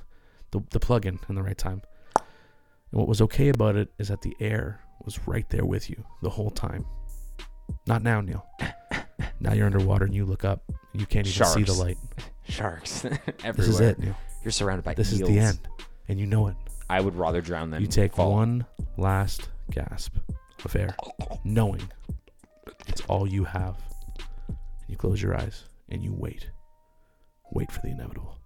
Speaker 2: the, the plug in in the right time. And what was okay about it is that the air was right there with you the whole time. Not now, Neil. Now you're underwater and you look up. And you can't even see the
Speaker 1: Sharks.
Speaker 2: light.
Speaker 1: sharks everywhere.
Speaker 2: This is it, Neil.
Speaker 1: You're surrounded by
Speaker 2: This
Speaker 1: eels.
Speaker 2: is the end, and you know it.
Speaker 1: I would rather drown than
Speaker 2: You take
Speaker 1: fall.
Speaker 2: one last gasp of air, knowing it's all you have. And you close your eyes and you wait. Wait for the inevitable.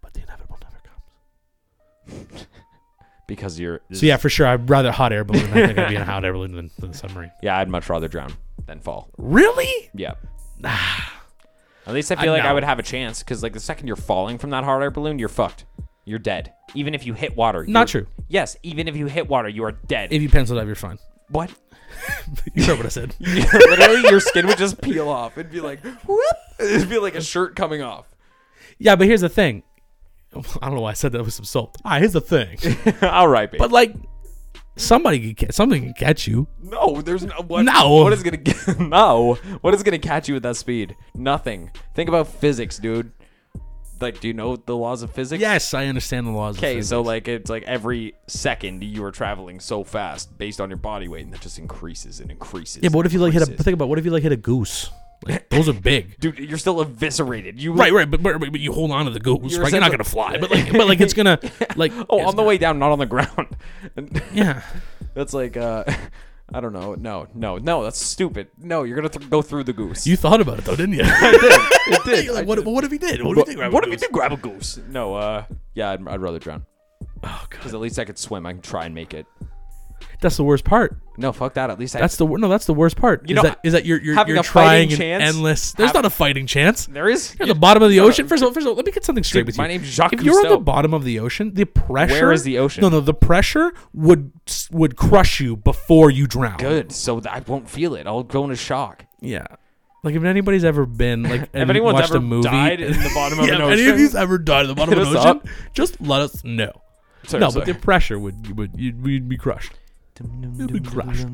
Speaker 2: But the inevitable never comes.
Speaker 1: because you're.
Speaker 2: So, yeah, for sure, I'd rather hot air balloon. I think I'd be in a hot air balloon than, than a submarine.
Speaker 1: yeah, I'd much rather drown than fall.
Speaker 2: Really?
Speaker 1: Yeah. At least I feel
Speaker 2: I
Speaker 1: like I
Speaker 2: know.
Speaker 1: would have a chance because, like, the second you're falling from that hot air balloon, you're fucked. You're dead. Even if you hit water.
Speaker 2: Not
Speaker 1: you're-
Speaker 2: true.
Speaker 1: Yes, even if you hit water, you are dead.
Speaker 2: If you penciled up, you're fine.
Speaker 1: what?
Speaker 2: You heard what I said.
Speaker 1: Literally, your skin would just peel off. It'd be like, whoop. It'd be like a shirt coming off.
Speaker 2: yeah, but here's the thing I don't know why I said that with some salt. All right, Ah, here's the thing.
Speaker 1: All right, babe.
Speaker 2: but like, somebody could catch, something can catch you.
Speaker 1: no, there's no what,
Speaker 2: No.
Speaker 1: What is gonna get, no? What is gonna catch you at that speed? Nothing. Think about physics, dude. Like, do you know the laws of physics?
Speaker 2: Yes, I understand the laws.
Speaker 1: Okay,
Speaker 2: of
Speaker 1: so like it's like every second you are traveling so fast based on your body weight, and that just increases and increases.
Speaker 2: yeah, but what if you like hit a
Speaker 1: increases.
Speaker 2: think about what if you like hit a goose? Like those are big.
Speaker 1: dude? You're still eviscerated. You
Speaker 2: Right, right, but, but, but you hold on to the goose,
Speaker 1: You're
Speaker 2: right? You're not
Speaker 1: essentially-
Speaker 2: gonna fly, but like, but like it's gonna, like,
Speaker 1: Oh,
Speaker 2: it's
Speaker 1: on the
Speaker 2: gonna-
Speaker 1: way down, not on the ground.
Speaker 2: yeah,
Speaker 1: that's like uh, I don't know. No, no, no. That's stupid. No, you're gonna th- go through the goose.
Speaker 2: you thought about it though, didn't you?
Speaker 1: it did.
Speaker 2: You're like,
Speaker 1: I
Speaker 2: what,
Speaker 1: did.
Speaker 2: what if he did? What if he
Speaker 1: But-
Speaker 2: did? grab a
Speaker 1: what if you
Speaker 2: goose?
Speaker 1: did grab a goose? No, uh, yeah, I'd, I'd rather drown.
Speaker 2: Oh
Speaker 1: Because
Speaker 2: god,
Speaker 1: at least I could swim. I can try and make it.
Speaker 2: that's the worst part.
Speaker 1: No, fuck that. At least I.
Speaker 2: That's the wor- no. That's the worst part.
Speaker 1: You
Speaker 2: is
Speaker 1: know,
Speaker 2: that is that you're you're,
Speaker 1: having
Speaker 2: you're
Speaker 1: a fighting
Speaker 2: trying an
Speaker 1: chance-
Speaker 2: endless. There's
Speaker 1: Hav-
Speaker 2: not a fighting chance.
Speaker 1: there is.
Speaker 2: You're at the bottom of the ocean. First of all, first of all, let me get something straight
Speaker 1: Dude,
Speaker 2: with you.
Speaker 1: my name's Jacques
Speaker 2: If you're on the
Speaker 1: Cousteau.
Speaker 2: bottom of the ocean, the pressure.
Speaker 1: is the ocean?
Speaker 2: No, no, the pressure would would crush you before you drown.
Speaker 1: Good. So that I won't feel it. I'll go into shock.
Speaker 2: Yeah. Like if anybody's ever been like and
Speaker 1: anyone's
Speaker 2: watched
Speaker 1: ever
Speaker 2: a movie,
Speaker 1: died in the bottom of
Speaker 2: yeah,
Speaker 1: an
Speaker 2: if any
Speaker 1: ocean,
Speaker 2: of you's ever died in the bottom of
Speaker 1: hit
Speaker 2: an
Speaker 1: us
Speaker 2: ocean,
Speaker 1: up.
Speaker 2: just let us know.
Speaker 1: Sorry,
Speaker 2: no, but
Speaker 1: sorry.
Speaker 2: the pressure would would you'd, we'd be crushed. You'd be crushed.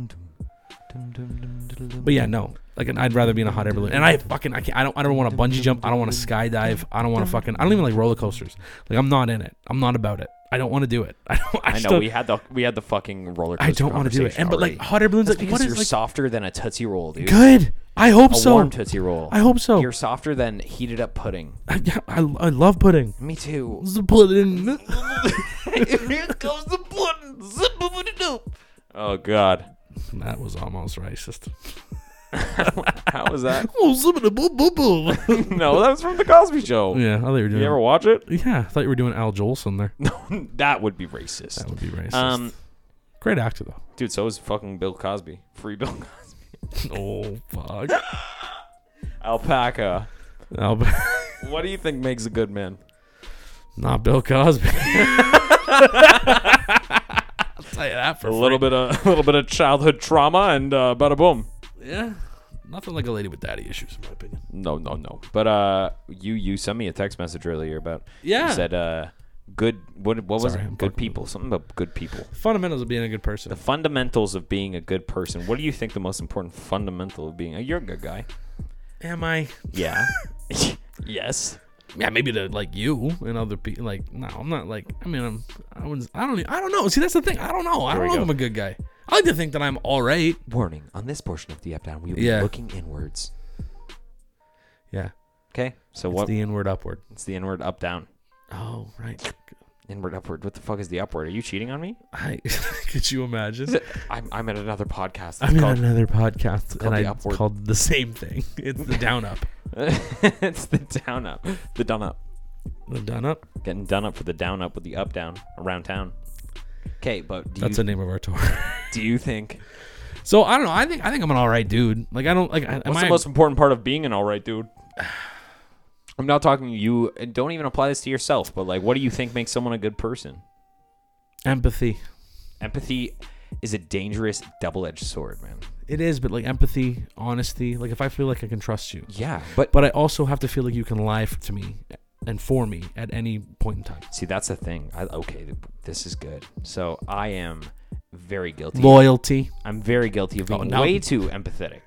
Speaker 2: But yeah, no. Like and I'd rather be in a hot air balloon. And I fucking I can't, I don't I don't want to bungee jump. I don't want to skydive. I don't want to fucking I don't even like roller coasters. Like I'm not in it. I'm not about it. I don't want to do it. I don't. I,
Speaker 1: I
Speaker 2: just
Speaker 1: know
Speaker 2: don't-
Speaker 1: we had the we had the fucking roller.
Speaker 2: I don't want to do it. And but like hot air balloons,
Speaker 1: That's
Speaker 2: like
Speaker 1: because
Speaker 2: what
Speaker 1: you're
Speaker 2: is like
Speaker 1: softer than a tootsie roll, dude.
Speaker 2: good? I hope
Speaker 1: A
Speaker 2: so.
Speaker 1: warm tootsie roll.
Speaker 2: I hope so.
Speaker 1: You're softer than heated up pudding.
Speaker 2: I, yeah, I, I love pudding.
Speaker 1: Me too.
Speaker 2: Pudding.
Speaker 1: Here comes the pudding. Zip it up. Oh God.
Speaker 2: That was almost racist.
Speaker 1: How was that?
Speaker 2: Oh, some of the boo boo boo.
Speaker 1: no, that was from the Cosby Show.
Speaker 2: Yeah, I thought you were doing.
Speaker 1: You ever watch it?
Speaker 2: yeah, I thought you were doing Al Jolson there.
Speaker 1: No, that would be racist.
Speaker 2: That would be racist.
Speaker 1: um,
Speaker 2: Great actor though.
Speaker 1: dude, so is fucking Bill Cosby. Free Bill Cosby.
Speaker 2: oh fuck.
Speaker 1: Alpaca.
Speaker 2: Al-
Speaker 1: What do you think makes a good man?
Speaker 2: not Bill Cosby. I'll tell you that for
Speaker 1: A little bit of a little bit of childhood trauma and uh, bada boom.
Speaker 2: Yeah. Nothing like a lady with daddy issues, in my opinion.
Speaker 1: No, no, no. But uh, you you sent me a text message earlier about
Speaker 2: Yeah.
Speaker 1: you said uh, good what what was
Speaker 2: Sorry, I'm
Speaker 1: it?
Speaker 2: fucking-
Speaker 1: Good people. Something about good people.
Speaker 2: Fundamentals of being a good person.
Speaker 1: The fundamentals of being a good person. What do you think the most important fundamental of being? A, you're a good guy.
Speaker 2: Am I?
Speaker 1: Yeah. yes.
Speaker 2: Yeah, maybe to like you and other people. Like, no, I'm not like. I mean, I'm. I wouldn't. I don't. e- I don't know. See, that's the thing. I don't know. I
Speaker 1: Here
Speaker 2: don't
Speaker 1: we
Speaker 2: know if
Speaker 1: go.
Speaker 2: I'm a good guy. I like to think that I'm all right.
Speaker 1: Warning: On this portion of the up down, we will
Speaker 2: Yeah.
Speaker 1: be looking inwards.
Speaker 2: Yeah.
Speaker 1: Okay. So what?
Speaker 2: It's the inward upward.
Speaker 1: it's the inward up down.
Speaker 2: Oh right.
Speaker 1: Inward upward. What the fuck is the upward? Are you cheating on me?
Speaker 2: I could you imagine?
Speaker 1: I'm I'm at another podcast.
Speaker 2: I'm
Speaker 1: It's
Speaker 2: in
Speaker 1: called,
Speaker 2: another podcast
Speaker 1: called
Speaker 2: and I
Speaker 1: the upward.
Speaker 2: called the same thing. It's the down up.
Speaker 1: it's the down up. The done up.
Speaker 2: The down up.
Speaker 1: Getting done up for the down up with the up down around town. Okay, but do
Speaker 2: That's the
Speaker 1: you,
Speaker 2: name of our tour.
Speaker 1: do you think
Speaker 2: so I don't know. I think I think I'm an all right dude. Like I don't like. I, am
Speaker 1: what's
Speaker 2: I,
Speaker 1: the most important part of being an all right dude? I'm not talking to you. and Don't even apply this to yourself. But like, what do you think makes someone a good person?
Speaker 2: empathy?
Speaker 1: Empathy is a dangerous double-edged sword, man.
Speaker 2: It is, but like empathy, honesty. Like if I feel like I can trust you,
Speaker 1: Yeah, but
Speaker 2: but I also have to feel like you can lie f- to me and for me at any point in time.
Speaker 1: see, that's the thing. I, okay, th- this is good. So I am very guilty.
Speaker 2: Loyalty.
Speaker 1: I'm very guilty of being
Speaker 2: Oh, now-
Speaker 1: way too empathetic.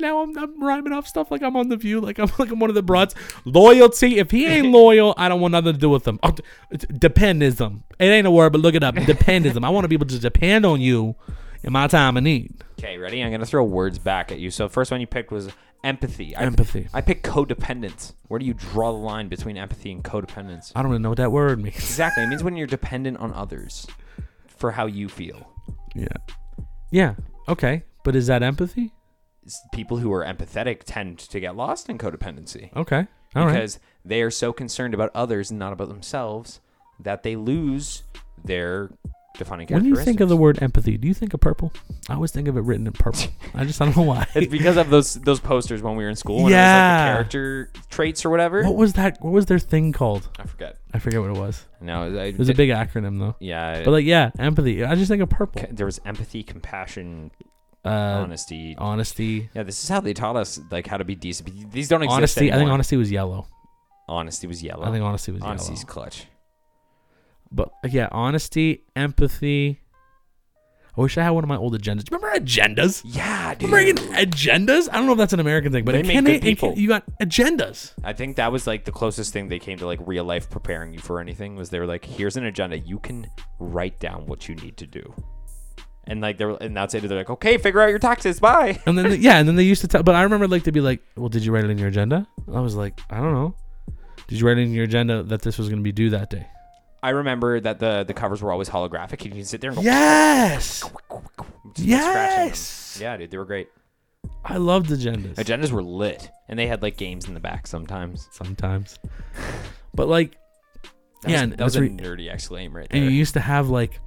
Speaker 2: Now I'm, I'm rhyming off stuff like I'm on the View, like I'm like I'm one of the broads. Loyalty. If he ain't loyal, I don't want nothing to do with him. Oh, d- d- dependism. It ain't a word, but look it up. Dependism. I want to be able to depend on you in my time of need.
Speaker 1: Okay, ready? I'm gonna throw words back at you. So first one you picked was empathy. I,
Speaker 2: Empathy.
Speaker 1: I picked codependence. Where do you draw the line between empathy and codependence?
Speaker 2: I don't even know what that word means.
Speaker 1: Exactly. It means when you're dependent on others for how you feel.
Speaker 2: Yeah. Yeah. Okay. But is that empathy?
Speaker 1: It's people who are empathetic tend to get lost in codependency
Speaker 2: Okay. Oh, All right.
Speaker 1: because they are so concerned about others and not about themselves that they lose their defining
Speaker 2: When
Speaker 1: characteristics.
Speaker 2: you think of the word empathy, do you think of purple? I always think of it written in purple. I just I don't know why.
Speaker 1: It's because of those those posters when we were in school. When
Speaker 2: Yeah.
Speaker 1: It was like the character traits or whatever.
Speaker 2: What was that? What was their thing called?
Speaker 1: I forget.
Speaker 2: I forget what it was.
Speaker 1: No, I,
Speaker 2: It was a big acronym though.
Speaker 1: Yeah.
Speaker 2: But like, yeah, empathy. I just think of purple.
Speaker 1: c- there was empathy, compassion,
Speaker 2: Uh,
Speaker 1: honesty.
Speaker 2: honesty.
Speaker 1: Yeah, this is how they taught us like how to be decent. These don't exist
Speaker 2: Honesty. I think
Speaker 1: anymore.
Speaker 2: honesty was yellow.
Speaker 1: honesty was yellow.
Speaker 2: I think honesty was
Speaker 1: Honesty's
Speaker 2: yellow.
Speaker 1: clutch.
Speaker 2: But yeah, honesty, empathy. I wish I had one of my old agendas. Do you remember agendas?
Speaker 1: Yeah, dude.
Speaker 2: Remember again, agendas? I don't know if that's an American thing, but
Speaker 1: They
Speaker 2: in
Speaker 1: make
Speaker 2: Canada,
Speaker 1: good
Speaker 2: in Ca-
Speaker 1: people.
Speaker 2: you got agendas.
Speaker 1: I think that was like the closest thing they came to like real life preparing you for anything was they were like, here's an agenda. You can write down what you need to do. And like they're and that's it. They're like, okay, figure out your taxes. Bye.
Speaker 2: And then, yeah, and then they used to tell, but I remember like they'd be like, well, did you write it in your agenda? I was like, I don't know. Did you write it in your agenda that this was going to be due that day?
Speaker 1: I remember that the the covers were always holographic. You can sit there and go,
Speaker 2: Yes.
Speaker 1: just by scratching them.
Speaker 2: Yes!
Speaker 1: Yeah, dude, they were great.
Speaker 2: I loved agendas.
Speaker 1: Agendas were lit, and they had like games in the back sometimes.
Speaker 2: Sometimes. But like,
Speaker 1: That
Speaker 2: yeah,
Speaker 1: was,
Speaker 2: and
Speaker 1: that was
Speaker 2: that's
Speaker 1: a
Speaker 2: re-
Speaker 1: nerdy exclaim right there.
Speaker 2: and you used to have like,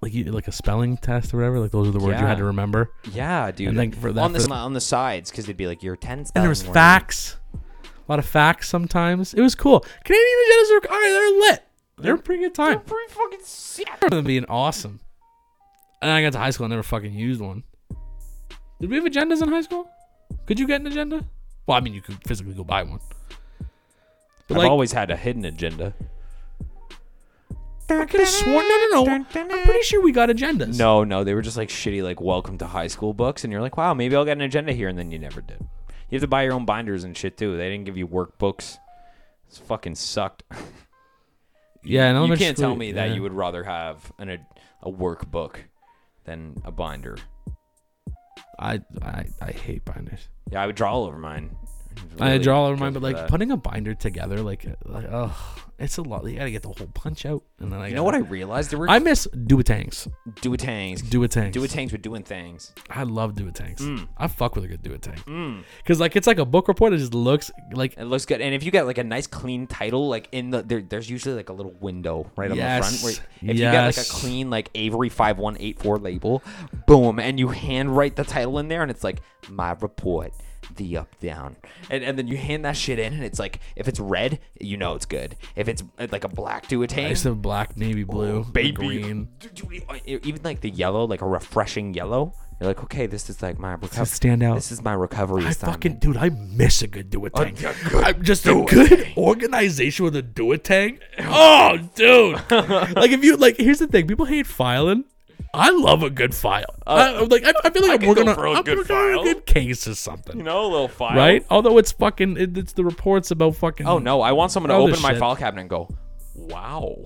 Speaker 2: like you, like a spelling test or whatever. Like those are the words you
Speaker 1: Yeah.
Speaker 2: had to remember.
Speaker 1: yeah, dude.
Speaker 2: and like for that,
Speaker 1: on
Speaker 2: for
Speaker 1: the
Speaker 2: the-
Speaker 1: on the sides because they'd be like your ten.
Speaker 2: and there
Speaker 1: spelling
Speaker 2: was
Speaker 1: word."
Speaker 2: facts, a lot of facts. Sometimes it was cool. Canadian agendas are all right. They're lit. They're a pretty good time.
Speaker 1: Pretty fucking sick.
Speaker 2: I remember them being awesome. And I got to high school. I never fucking used one. Did we have agendas in high school? Could you get an agenda? Well, I mean, you could physically go buy one. But
Speaker 1: I've
Speaker 2: like,
Speaker 1: always had a hidden agenda.
Speaker 2: I could have sworn. No, no, no. I'm pretty sure we got agendas.
Speaker 1: No, no, they were just like shitty, like welcome to high school books, and you're like, wow, maybe I'll get an agenda here, and then you never did. You have to buy your own binders and shit too. They didn't give you workbooks. It's fucking sucked.
Speaker 2: Yeah, in
Speaker 1: you
Speaker 2: elementary
Speaker 1: can't
Speaker 2: school,
Speaker 1: tell me that
Speaker 2: yeah.
Speaker 1: you would rather have an a, a workbook than a binder.
Speaker 2: I, I, I hate binders.
Speaker 1: Yeah, I would draw all over mine.
Speaker 2: I
Speaker 1: Really
Speaker 2: draw all over
Speaker 1: goes
Speaker 2: mine, but
Speaker 1: for
Speaker 2: like
Speaker 1: that.
Speaker 2: putting a binder together, like, like, oh, it's a lot. You gotta get the whole punch out, and then I.
Speaker 1: you know what I realized? There were
Speaker 2: I miss duotangs.
Speaker 1: duotangs.
Speaker 2: Duotangs.
Speaker 1: Duotangs Hmm. were doing things.
Speaker 2: I love duotangs. I fuck with a good duotang.
Speaker 1: Hmm.
Speaker 2: Cause like it's like a book report. It just looks like
Speaker 1: It looks good, and if you get like a nice clean title, like in the there, there's usually like a little window right on
Speaker 2: Yes.
Speaker 1: the front. Where if you get like a
Speaker 2: Yes.
Speaker 1: clean like Avery five one eight four label, boom, and you handwrite the title in there, and it's like my report, the up down, and and then you hand that shit in, and it's like if it's red, you know it's good. If it's uh, like a black
Speaker 2: I used
Speaker 1: duotang,
Speaker 2: to have black, navy blue,
Speaker 1: Oh, baby,
Speaker 2: green.
Speaker 1: uh, e, even like the yellow, like a refreshing yellow. You're like, okay, this is like my recovery.
Speaker 2: stand out.
Speaker 1: This is my recovery.
Speaker 2: I
Speaker 1: assignment. Oh,
Speaker 2: fucking dude, I miss a good duotang.
Speaker 1: A
Speaker 2: i I'm just a good organization with a duotang. Oh, dude! like if you like, here's the thing: people hate filing. I love a good file. I, I'm like I, I feel like I am
Speaker 1: could Uh, go
Speaker 2: working on
Speaker 1: for a
Speaker 2: I'm
Speaker 1: good
Speaker 2: working on a
Speaker 1: file.
Speaker 2: good case or something,
Speaker 1: you know, a little file,
Speaker 2: right? Although it's fucking, it, it's the reports about fucking.
Speaker 1: Oh no, I want someone to
Speaker 2: All
Speaker 1: open
Speaker 2: this
Speaker 1: my
Speaker 2: shit.
Speaker 1: file cabinet and go, "Wow."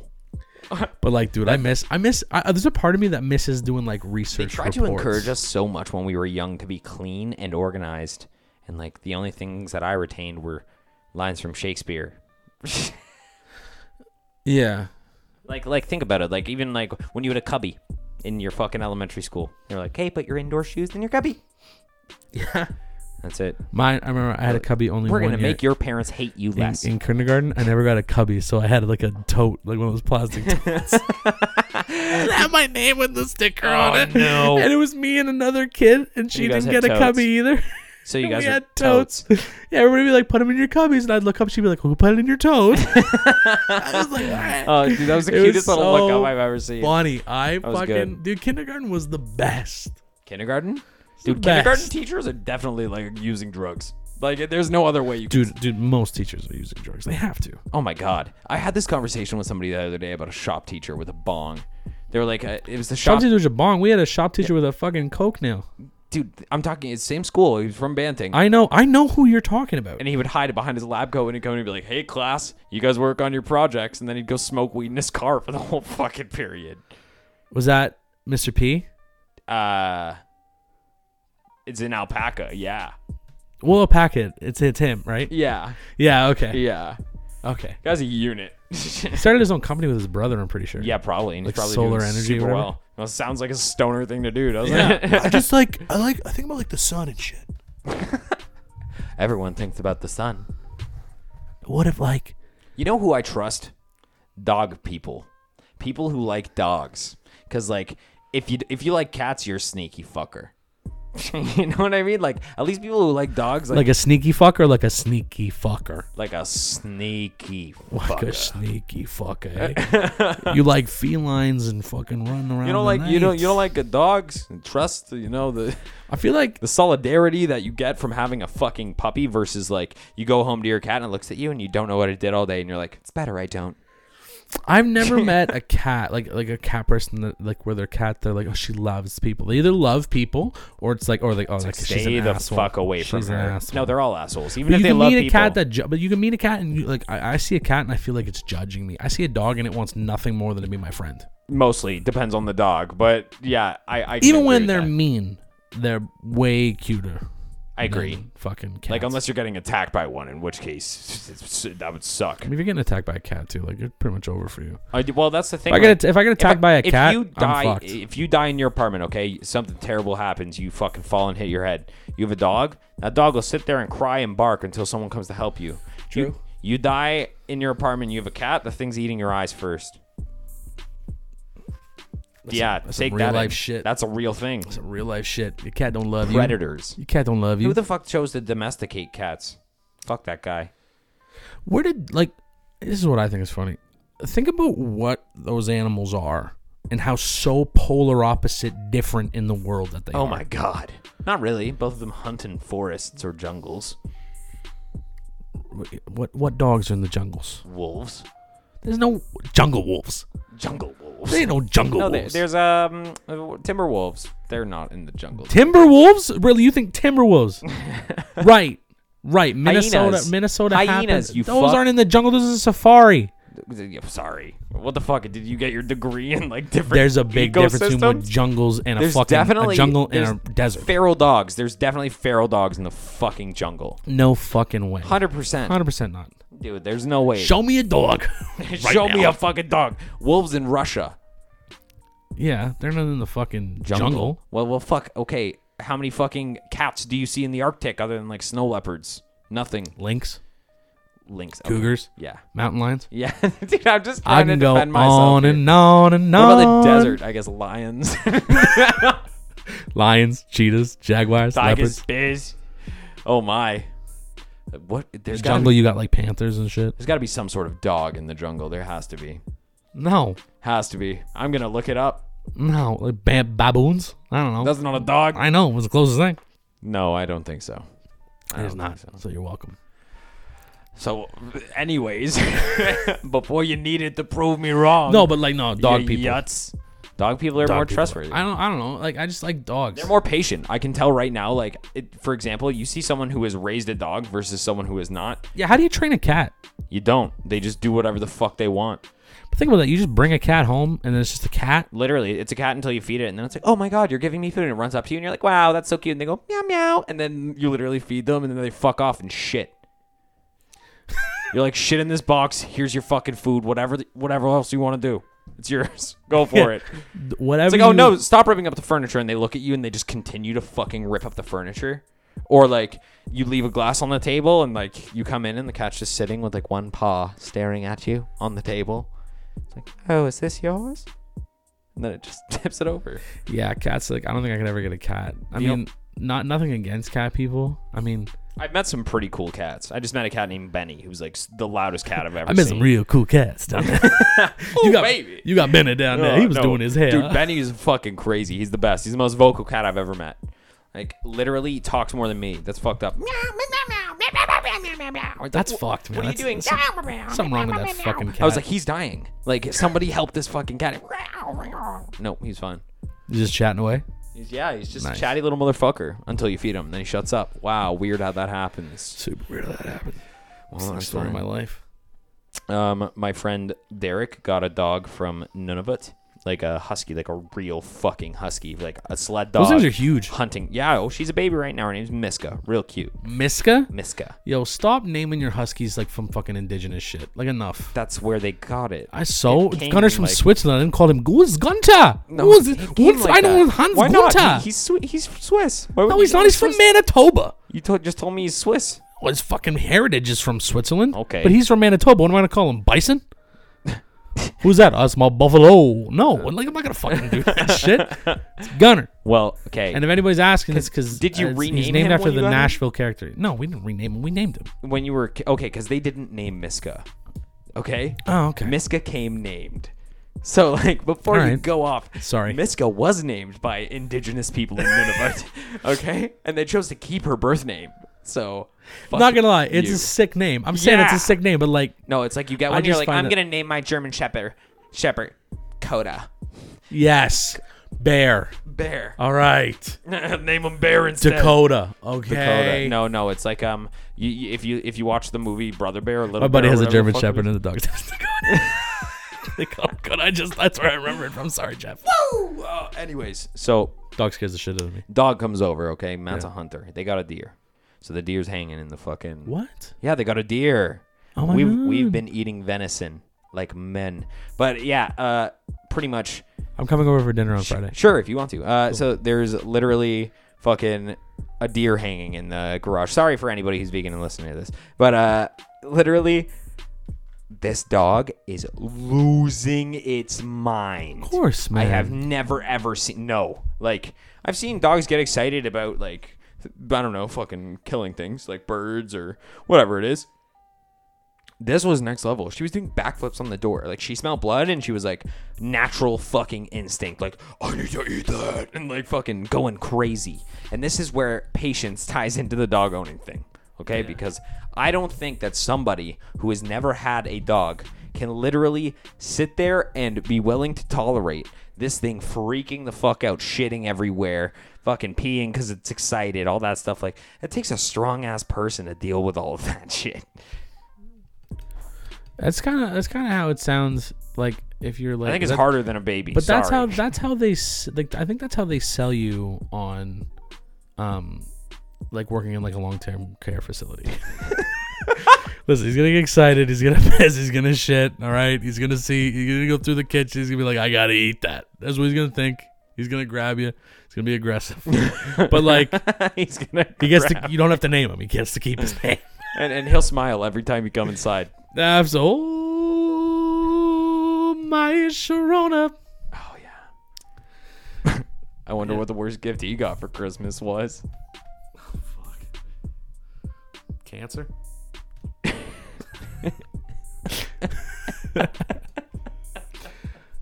Speaker 2: But like, dude, I miss, I miss. I, there's a part of me that misses doing like research.
Speaker 1: They tried to
Speaker 2: reports.
Speaker 1: encourage us so much when we were young to be clean and organized, and like the only things that I retained were lines from Shakespeare.
Speaker 2: Yeah.
Speaker 1: Like, like think about it. Like even like when you had a cubby in your fucking elementary school, you're like, "Hey, put your indoor shoes in your cubby."
Speaker 2: Yeah.
Speaker 1: That's it.
Speaker 2: Mine. I remember I had a cubby only.
Speaker 1: Uh, We're
Speaker 2: one
Speaker 1: gonna
Speaker 2: year.
Speaker 1: make your parents hate you
Speaker 2: in,
Speaker 1: less.
Speaker 2: in kindergarten, I never got a cubby, so I had like a tote, like one of those plastic totes. it had my name with the sticker on
Speaker 1: Oh,
Speaker 2: it.
Speaker 1: no.
Speaker 2: And it was me and another kid, and she
Speaker 1: You guys
Speaker 2: didn't
Speaker 1: had
Speaker 2: get a
Speaker 1: totes.
Speaker 2: cubby either.
Speaker 1: so you guys
Speaker 2: we
Speaker 1: are
Speaker 2: had totes. Yeah, everybody would be like, put them in your cubbies. And I'd look up, she'd be like, who put it in your tote? I was like, "Ah."
Speaker 1: Oh, dude, that was the
Speaker 2: It was
Speaker 1: cutest little
Speaker 2: so
Speaker 1: lookup I've ever seen.
Speaker 2: funny. I
Speaker 1: was
Speaker 2: fucking,
Speaker 1: good.
Speaker 2: dude, kindergarten was the best.
Speaker 1: Kindergarten,
Speaker 2: the
Speaker 1: dude. Kindergarten
Speaker 2: best.
Speaker 1: teachers are definitely like using drugs. Like, there's no other way you can
Speaker 2: Dude, dude, most teachers are using drugs. They have to.
Speaker 1: Oh my god! I had this conversation with somebody the other day about a shop teacher with a bong. They were like, uh, "It was the
Speaker 2: Shop
Speaker 1: shop,
Speaker 2: teacher was a bong. We had a shop teacher with a fucking coke nail.
Speaker 1: dude." I'm talking. It's same school. He was from Banting,
Speaker 2: I know, I know who you're talking about.
Speaker 1: and he would hide it behind his lab coat and he'd come in and be like, "Hey class, you guys work on your projects," and then he'd go smoke weed in his car for the whole fucking period.
Speaker 2: Was that Mr. P?
Speaker 1: Uh, it's an alpaca. Yeah,
Speaker 2: Willow Packet. It's it's him, right?
Speaker 1: yeah,
Speaker 2: Yeah. Okay.
Speaker 1: yeah.
Speaker 2: Okay.
Speaker 1: Guy's a unit.
Speaker 2: He started his own company with his brother. I'm pretty sure.
Speaker 1: yeah, probably. And he's
Speaker 2: Like
Speaker 1: probably
Speaker 2: solar
Speaker 1: doing
Speaker 2: energy or
Speaker 1: super
Speaker 2: whatever?
Speaker 1: well. well. Sounds like a stoner thing to do, doesn't it?
Speaker 2: Yeah.
Speaker 4: I just like I like I think about like the sun and shit.
Speaker 1: Everyone thinks about the sun.
Speaker 4: What if like
Speaker 1: You know who I trust? Dog people. People who like dogs. Cause like if you if you like cats, you're a sneaky fucker. you know what I mean? Like at least people who like dogs like
Speaker 2: Like a sneaky fucker, like a sneaky fucker.
Speaker 1: like a sneaky
Speaker 2: Like a
Speaker 1: fucker.
Speaker 2: sneaky fucker. eh? you like felines and fucking running around.
Speaker 1: You don't
Speaker 2: the
Speaker 1: like you don't
Speaker 2: nights.
Speaker 1: you don't like good dogs and trust, you know, the
Speaker 2: I feel like
Speaker 1: the solidarity that you get from having a fucking puppy versus like you go home to your cat and it looks at you and you don't know what it did all day and you're like, It's better I don't.
Speaker 2: I've never met a cat like like a cat person that like where their cat they're like oh she loves people. They either love people or it's like or like oh like, she's
Speaker 1: Stay
Speaker 2: an
Speaker 1: the
Speaker 2: asshole.
Speaker 1: fuck away from
Speaker 2: She's an
Speaker 1: her.
Speaker 2: asshole.
Speaker 1: No, they're all assholes. Even
Speaker 2: But
Speaker 1: if
Speaker 2: you
Speaker 1: they
Speaker 2: can
Speaker 1: love
Speaker 2: meet a
Speaker 1: people.
Speaker 2: cat that, ju- but you can meet a cat and you, like I, I see a cat and I feel like it's judging me. I see a dog and it wants nothing more than to be my friend.
Speaker 1: mostly depends on the dog, but yeah, I, I can
Speaker 2: Even
Speaker 1: agree
Speaker 2: when
Speaker 1: with
Speaker 2: they're
Speaker 1: that.
Speaker 2: mean, they're way cuter.
Speaker 1: I agree.
Speaker 2: than Fucking cats.
Speaker 1: Like unless you're getting attacked by one, in which case that would suck.
Speaker 2: I mean, if you're getting attacked by a cat too, like you're pretty much over for you.
Speaker 1: I d- well, that's the thing.
Speaker 2: If I get
Speaker 1: like,
Speaker 2: att- if I get attacked by a cat,
Speaker 1: if you
Speaker 2: I'm
Speaker 1: die,
Speaker 2: fucked.
Speaker 1: if you die in your apartment, okay, something terrible happens. You fucking fall and hit your head. You have a dog. That dog will sit there and cry and bark until someone comes to help you. True. You, you die in your apartment. You have a cat. The thing's eating your eyes first. yeah,
Speaker 2: some
Speaker 1: take
Speaker 2: real
Speaker 1: that. in.
Speaker 2: life shit.
Speaker 1: That's a real thing.
Speaker 2: Some real life shit. Your cat don't love you.
Speaker 1: Predators.
Speaker 2: Your cat don't love you.
Speaker 1: Who the fuck chose to domesticate cats? Fuck that guy.
Speaker 2: Where did like? This is what I think is funny. Think about what those animals are and how so polar opposite, different in the world that they
Speaker 1: Oh
Speaker 2: are.
Speaker 1: my god. Not really. Both of them hunt in forests or jungles.
Speaker 2: What what dogs are in the jungles?
Speaker 1: Wolves.
Speaker 2: There's no jungle wolves.
Speaker 1: Jungle wolves.
Speaker 2: There ain't no jungle
Speaker 1: No, there,
Speaker 2: wolves.
Speaker 1: there's um timber wolves. They're not in the jungle.
Speaker 2: timber wolves. Really, you think timber wolves? right, right. Minnesota,
Speaker 1: Hyenas.
Speaker 2: Minnesota.
Speaker 1: Hyenas,
Speaker 2: happens.
Speaker 1: you
Speaker 2: Those
Speaker 1: fuck.
Speaker 2: aren't in the jungle. This is a safari.
Speaker 1: Sorry. What the fuck? Did you get your degree in like different?
Speaker 2: There's a big difference between
Speaker 1: ecosystems?
Speaker 2: jungles and a
Speaker 1: There's
Speaker 2: fucking
Speaker 1: definitely
Speaker 2: a jungle and
Speaker 1: there's
Speaker 2: a desert.
Speaker 1: Feral dogs. There's definitely feral dogs in the fucking jungle.
Speaker 2: no fucking way.
Speaker 1: Hundred percent,
Speaker 2: Hundred percent not.
Speaker 1: dude. There's no way.
Speaker 2: Show me a dog.
Speaker 1: Show me a fucking dog. Wolves in Russia.
Speaker 2: yeah, they're not in the fucking jungle.
Speaker 1: Well, well, fuck. Okay, how many fucking cats do you see in the Arctic other than like snow leopards? Nothing.
Speaker 2: Lynx,
Speaker 1: Lynx. Okay.
Speaker 2: cougars,
Speaker 1: Yeah.
Speaker 2: mountain lions.
Speaker 1: Yeah. Dude, I'm just trying
Speaker 2: I can
Speaker 1: to
Speaker 2: go
Speaker 1: defend myself.
Speaker 2: on
Speaker 1: here.
Speaker 2: and on and
Speaker 1: What
Speaker 2: on.
Speaker 1: about the desert? I guess lions,
Speaker 2: Lions, cheetahs, jaguars,
Speaker 1: tigers,
Speaker 2: leopards.
Speaker 1: bears. Oh my! What? There's gotta,
Speaker 2: Jungle,
Speaker 1: be,
Speaker 2: you got like panthers and shit.
Speaker 1: there's gotta be some sort of dog in the jungle. There has to be.
Speaker 2: No,
Speaker 1: Has to be. I'm gonna look it up.
Speaker 2: no, like ba- baboons. I don't know.
Speaker 1: That's not a dog.
Speaker 2: I know. It was the closest thing.
Speaker 1: no, I don't think so. I
Speaker 2: It's
Speaker 1: don't
Speaker 2: not.
Speaker 1: think
Speaker 2: So you're welcome.
Speaker 1: So, anyways, before you needed to prove me wrong.
Speaker 2: No, but like no dog
Speaker 1: you
Speaker 2: people.
Speaker 1: Yuts. Dog people are more trustworthy.
Speaker 2: I don't. I don't know. Like I just like dogs.
Speaker 1: They're more patient. I can tell right now. Like, it, for example, you see someone who has raised a dog versus someone who has not.
Speaker 2: yeah. How do you train a cat?
Speaker 1: You don't. They just do whatever the fuck they want.
Speaker 2: But think about that. You just bring a cat home, and then it's just a cat.
Speaker 1: Literally, it's a cat until you feed it, and then it's like, oh my god, you're giving me food, and it runs up to you, and you're like, wow, that's so cute, and they go meow meow, and then you literally feed them, and then they fuck off and shit. you're like, shit in this box. Here's your fucking food. Whatever, the, whatever else you want to do, it's yours. go for it.
Speaker 2: Whatever.
Speaker 1: It's like, oh
Speaker 2: you-
Speaker 1: no, stop ripping up the furniture, and they look at you and they just continue to fucking rip up the furniture. Or like you leave a glass on the table and like you come in and the cat's just sitting with like one paw staring at you on the table. It's like, oh, is this yours? And then it just tips it over.
Speaker 2: Yeah, cats. Like I don't think I could ever get a cat. I
Speaker 1: Yep.
Speaker 2: mean, not nothing against cat people. I mean,
Speaker 1: I've met some pretty cool cats. I just met a cat named Benny, who's like s- the loudest cat I've ever
Speaker 2: I met
Speaker 1: seen. Oh,
Speaker 2: some real cool cats down there. you got
Speaker 1: baby.
Speaker 2: you got Bennett down there.
Speaker 1: Oh,
Speaker 2: He was
Speaker 1: no.
Speaker 2: doing his hair.
Speaker 1: Dude, Benny is fucking crazy. He's the best. He's the most vocal cat I've ever met. Like literally he talks more than me. That's fucked up.
Speaker 2: That's fucked, man.
Speaker 1: What are you
Speaker 2: That's-
Speaker 1: doing?
Speaker 2: some- Something wrong with that fucking cat.
Speaker 1: I was like, he's dying. Like somebody help this fucking cat. No, he's fine.
Speaker 2: You just chatting away.
Speaker 1: He's yeah, he's just
Speaker 2: Nice.
Speaker 1: a chatty little motherfucker until you feed him, and then he shuts up. Wow, weird how that happens.
Speaker 2: Super weird that happened.
Speaker 1: Well, that's
Speaker 2: story of
Speaker 1: fine.
Speaker 2: my life.
Speaker 1: Um, my friend Derek got a dog from Nunavut, like a husky, like a real fucking husky, like a sled dog.
Speaker 2: Those things are huge.
Speaker 1: Hunting. Yeah, oh, she's a baby right now. Her name's Miska. Real cute.
Speaker 2: Miska.
Speaker 1: Miska.
Speaker 2: Yo, stop naming your huskies like from fucking indigenous shit. Like enough.
Speaker 1: That's where they got it.
Speaker 2: I saw
Speaker 1: It came,
Speaker 2: Gunner's from
Speaker 1: like-
Speaker 2: Switzerland and called him Goose Gunter. No, Goose,
Speaker 1: it came like
Speaker 2: I know
Speaker 1: that.
Speaker 2: Hans
Speaker 1: Why
Speaker 2: Gunter.
Speaker 1: Not? He- he's Swi- he's Swiss. Why would
Speaker 2: no,
Speaker 1: you
Speaker 2: he's
Speaker 1: call
Speaker 2: not.
Speaker 1: him
Speaker 2: He's from
Speaker 1: Swiss?
Speaker 2: Manitoba.
Speaker 1: You to- just told me he's Swiss.
Speaker 2: Well, his fucking heritage is from Switzerland.
Speaker 1: Okay.
Speaker 2: But he's from Manitoba. What am I going to call him? Bison? Who's that? Us, my buffalo. No,
Speaker 1: Uh.
Speaker 2: like I'm not going to fucking do that shit. It's Gunner.
Speaker 1: Well, okay.
Speaker 2: And if anybody's asking, it's because
Speaker 1: did you
Speaker 2: he's
Speaker 1: rename
Speaker 2: named
Speaker 1: him
Speaker 2: after
Speaker 1: when
Speaker 2: the
Speaker 1: you got him?
Speaker 2: Nashville character. No, we didn't rename him. We named him.
Speaker 1: when you were ki- okay, because they didn't name Miska. Okay.
Speaker 2: Oh, okay.
Speaker 1: Miska came named. So like before you
Speaker 2: Alright.
Speaker 1: go off,
Speaker 2: Sorry.
Speaker 1: Miska was named by indigenous people in Nunavut. okay, and they chose to keep her birth name. So
Speaker 2: I'm not gonna lie, it's
Speaker 1: you.
Speaker 2: a sick name. I'm saying it's
Speaker 1: Yeah.
Speaker 2: a sick name, but like,
Speaker 1: No, it's like you get
Speaker 2: I
Speaker 1: one. You're
Speaker 2: just
Speaker 1: like,
Speaker 2: find
Speaker 1: I'm
Speaker 2: it-
Speaker 1: gonna name my German Shepherd Shepherd Coda
Speaker 2: yes, bear.
Speaker 1: Bear.
Speaker 2: All right,
Speaker 1: name him Bear instead.
Speaker 2: Uh, Dakota. Okay,
Speaker 1: No, no, it's like um, you, you, if you if you watch the movie Brother Bear, or Little
Speaker 2: My buddy
Speaker 1: Bear,
Speaker 2: has a
Speaker 1: whatever the
Speaker 2: German Shepherd
Speaker 1: fuck it is.
Speaker 2: and the dog. name's Dakota. they call
Speaker 1: Oh,
Speaker 2: him Dakota. I just that's where I remember it from. Sorry, Jeff.
Speaker 1: Woo! Uh, anyways, so
Speaker 2: Dog scares the shit out of me.
Speaker 1: dog comes over. Okay, Matt's a hunter. They got a deer, so the deer's hanging in the fucking.
Speaker 2: What?
Speaker 1: Yeah, they got a deer.
Speaker 2: Oh my
Speaker 1: we've
Speaker 2: God.
Speaker 1: we've been eating venison like men, but yeah, uh, pretty much.
Speaker 2: I'm coming over for dinner on Friday.
Speaker 1: Sure, if you want to. Uh, So there's literally fucking a deer hanging in the garage. Sorry for anybody who's vegan and listening to this, but uh, literally, this dog is losing its mind. Of
Speaker 2: course,
Speaker 1: I have
Speaker 2: man.
Speaker 1: never ever seen no like I've seen dogs get excited about like I don't know fucking killing things like birds or whatever it is this was next level. She was doing backflips on the door. Like she smelled blood and she was like natural fucking instinct. Like, I need to eat that and like fucking going crazy. And this is where patience ties into the dog owning thing. Okay? Because I don't think that somebody who has never had a dog can literally sit there and be willing to tolerate this thing freaking the fuck out, shitting everywhere, fucking peeing because it's excited, all that stuff. Like, it takes a strong ass person to deal with all of that shit.
Speaker 2: That's kind of that's kind of how it sounds like if you're like.
Speaker 1: I think it's
Speaker 2: that-
Speaker 1: harder than a baby.
Speaker 2: But that's how
Speaker 1: sorry.
Speaker 2: that's how they s- like. I think that's how they sell you on, um, like working in like a long term care facility. Listen, he's gonna get excited. He's gonna piss. He's gonna shit. All right. He's gonna see. He's gonna go through the kitchen. He's gonna be like, I gotta eat that. That's what he's gonna think. He's gonna grab you. He's gonna be aggressive. but like,
Speaker 1: he's gonna
Speaker 2: he gets to. You don't have to name him. He gets to keep his name.
Speaker 1: and, and he'll smile every time you come inside.
Speaker 2: That's oh my Sharona.
Speaker 1: Oh yeah. I wonder what the worst gift he got for Christmas was.
Speaker 2: Cancer.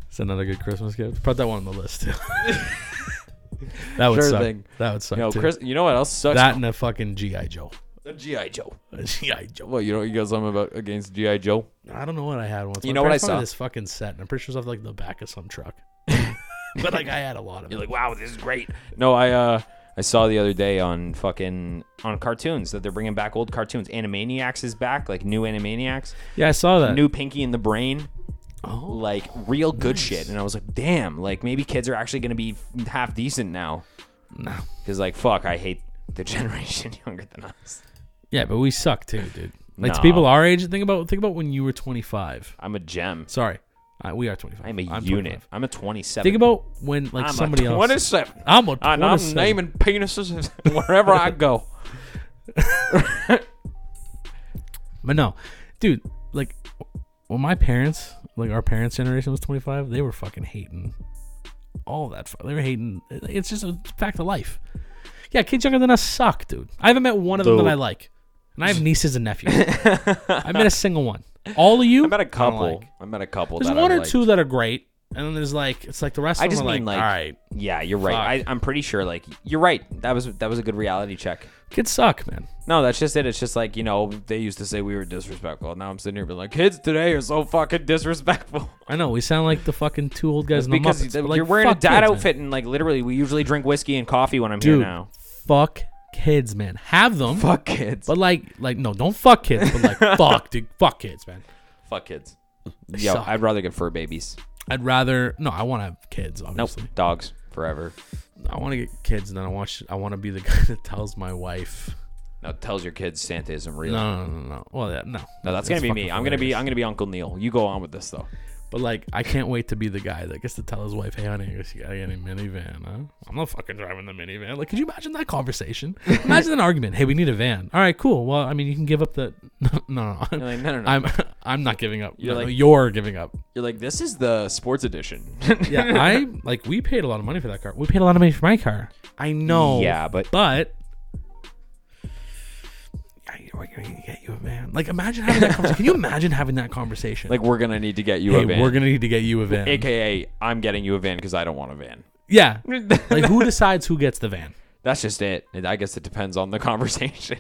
Speaker 2: It's another good Christmas gift. Put that one on the list too. that would
Speaker 1: Sure
Speaker 2: suck.
Speaker 1: thing.
Speaker 2: That would suck
Speaker 1: You know,
Speaker 2: too.
Speaker 1: Chris, you know what else sucks?
Speaker 2: that and a fucking GI Joe.
Speaker 1: The GI Joe.
Speaker 2: A GI Joe.
Speaker 1: Well, you know you got something about against GI Joe.
Speaker 2: I don't know what I had once. My
Speaker 1: You know what
Speaker 2: parents
Speaker 1: I
Speaker 2: bought me
Speaker 1: saw?
Speaker 2: This fucking set, and I'm pretty sure it's off like the back of some truck. but like I had a lot of it.
Speaker 1: You're like, wow, this is great. No, I uh, I saw the other day on fucking on cartoons that they're bringing back old cartoons. Animaniacs is back, like new Animaniacs,
Speaker 2: yeah, I saw that.
Speaker 1: new Pinky and the Brain.
Speaker 2: oh,
Speaker 1: like real good shit and i was like damn like maybe kids are actually gonna be f- half decent now
Speaker 2: no.
Speaker 1: because like fuck i hate the generation younger than us
Speaker 2: Yeah, but we suck too, dude. Like to
Speaker 1: No.
Speaker 2: people our age, think about think about when you were 25.
Speaker 1: i'm a gem
Speaker 2: Sorry, I, we are 25.
Speaker 1: i'm a
Speaker 2: I'm
Speaker 1: unit
Speaker 2: 25.
Speaker 1: i'm a 27
Speaker 2: Think about when like
Speaker 1: I'm
Speaker 2: somebody
Speaker 1: a
Speaker 2: else.
Speaker 1: 27
Speaker 2: I'm a
Speaker 1: and i'm
Speaker 2: 27.
Speaker 1: naming penises wherever i go
Speaker 2: But no, dude, like when my parents, like our parents' generation was 25, they were fucking hating all that. fu- They were hating. It's just a fact of life. Yeah, kids younger than us suck, dude. I haven't met one of them
Speaker 1: Dude.
Speaker 2: that I like, and I have nieces and nephews. I met a single one. All of you,
Speaker 1: i met a
Speaker 2: don't
Speaker 1: couple
Speaker 2: like.
Speaker 1: i met a couple
Speaker 2: There's
Speaker 1: that
Speaker 2: one
Speaker 1: I
Speaker 2: or
Speaker 1: liked.
Speaker 2: two that are great, and then there's like it's like the rest.
Speaker 1: I
Speaker 2: of them
Speaker 1: just
Speaker 2: are
Speaker 1: mean like,
Speaker 2: all right,
Speaker 1: yeah, you're right. I, I'm pretty sure, like, you're right. That was that was a good reality check.
Speaker 2: kids suck, man.
Speaker 1: No, that's just it. It's just like you know they used to say we were disrespectful. Now I'm sitting here being like, kids today are so fucking disrespectful.
Speaker 2: I know we sound like the fucking two old guys. in the
Speaker 1: because
Speaker 2: Muppets,
Speaker 1: th-
Speaker 2: but, like,
Speaker 1: you're wearing a
Speaker 2: fuck
Speaker 1: dad
Speaker 2: kids, man.
Speaker 1: outfit and like literally we usually drink whiskey and coffee when I'm
Speaker 2: dude.
Speaker 1: here now.
Speaker 2: Fuck kids, man. Have them,
Speaker 1: Fuck kids.
Speaker 2: but like, like no, don't fuck kids. But like, fuck, dude, fuck kids, man.
Speaker 1: Fuck kids. Yo,
Speaker 2: suck.
Speaker 1: I'd rather get fur babies.
Speaker 2: I'd rather no. I want to have kids.
Speaker 1: Nope.
Speaker 2: Obviously,
Speaker 1: Dogs forever.
Speaker 2: I want to get kids, and then I want. sh- I want to be the guy that tells my wife.
Speaker 1: Now tells your kids Santa isn't real.
Speaker 2: No, no,
Speaker 1: No,
Speaker 2: no, no, no. Well, yeah, no,
Speaker 1: that's, gonna be me.
Speaker 2: fucking
Speaker 1: I'm gonna be
Speaker 2: hilarious.
Speaker 1: I'm gonna be Uncle Neil. You go on with this though.
Speaker 2: But like, I can't wait to be the guy that gets to tell his wife, "Hey, honey, I guess you got any minivan, huh? I'm not fucking driving the minivan." Like, could you imagine that conversation? imagine an argument. Hey, we need a van. All right, cool. Well, I mean, you can give up the. No, no, no.
Speaker 1: You're like, no, no, no.
Speaker 2: I'm, I'm not giving up.
Speaker 1: You're
Speaker 2: No,
Speaker 1: like-
Speaker 2: you're giving up.
Speaker 1: You're like, this is the sports edition.
Speaker 2: Yeah, I like. We paid a lot of money for that car. We paid a lot of money for my car. I know.
Speaker 1: Yeah, but-
Speaker 2: but. Yeah, you- We're gonna get you a van. Like, imagine having that. conversation. Can you imagine having that conversation?
Speaker 1: like we're gonna need to get you
Speaker 2: hey,
Speaker 1: a van.
Speaker 2: we're gonna need to get you a van.
Speaker 1: AKA, I'm getting you a van because I don't want a van.
Speaker 2: Yeah. Like who decides who gets the van?
Speaker 1: That's just it. And I guess it depends on the conversation.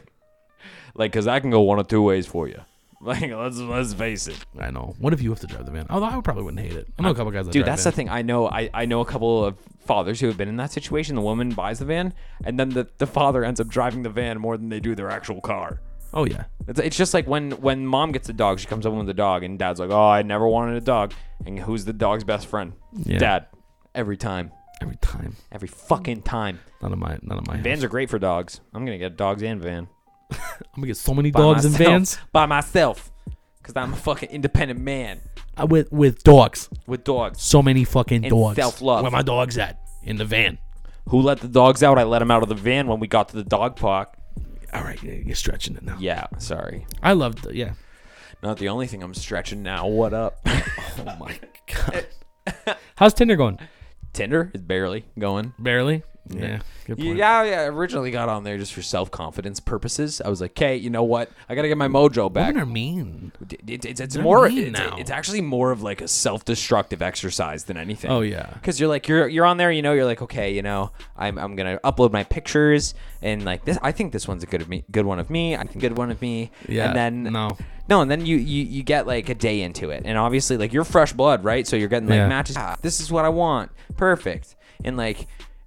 Speaker 1: Like, cause I can go one of two ways for you. Like, let's let's face it,
Speaker 2: I know. What if you have to drive the van? Although I would probably wouldn't hate it. I know a couple guys that
Speaker 1: Uh, dude.
Speaker 2: drive
Speaker 1: that's
Speaker 2: van.
Speaker 1: the thing. I know. I I know a couple of fathers who have been in that situation. The woman buys the van, and then the the father ends up driving the van more than they do their actual car.
Speaker 2: Oh yeah.
Speaker 1: It's, it's just like when when mom gets a dog, she comes home with a dog, and dad's like, "Oh, I never wanted a dog." And who's the dog's best friend?
Speaker 2: Yeah.
Speaker 1: Dad. Every time.
Speaker 2: Every time.
Speaker 1: Every fucking time.
Speaker 2: None of my none of my house.
Speaker 1: Vans are great for dogs. I'm gonna get dogs and van.
Speaker 2: I'm gonna get so many
Speaker 1: By
Speaker 2: dogs and
Speaker 1: myself.
Speaker 2: vans
Speaker 1: by myself, because I'm a fucking independent man
Speaker 2: I, Uh, with with dogs.
Speaker 1: with dogs.
Speaker 2: So many fucking
Speaker 1: And
Speaker 2: dogs.
Speaker 1: self-love.
Speaker 2: Where my dogs at? In the van.
Speaker 1: Who let the dogs out? I let them out of the van when we got to the dog park.
Speaker 2: All right, yeah, you're stretching it now.
Speaker 1: Yeah, sorry.
Speaker 2: I loved. Yeah.
Speaker 1: Not the only thing I'm stretching now. What up?
Speaker 2: Oh my god. How's Tinder going?
Speaker 1: Tinder is barely going.
Speaker 2: Barely. Yeah. Good point.
Speaker 1: Yeah, yeah. I originally got on there just for self confidence purposes. I was like, "Okay, you know what? I gotta get my mojo back."
Speaker 2: Women are mean.
Speaker 1: It- it- it's it's more.
Speaker 2: mean
Speaker 1: It's,
Speaker 2: now.
Speaker 1: it's actually more of like a self destructive exercise than anything.
Speaker 2: Oh yeah.
Speaker 1: because you're like you're you're on there you know you're like okay you know I'm, I'm gonna upload my pictures and like this i think this one's a good of me good one of me i think good one of me
Speaker 2: Yeah,
Speaker 1: and then
Speaker 2: no.
Speaker 1: no and then you, you you get like a day into it and obviously like you're fresh blood right so you're getting like
Speaker 2: Yeah.
Speaker 1: matches ah, this is what i want perfect and like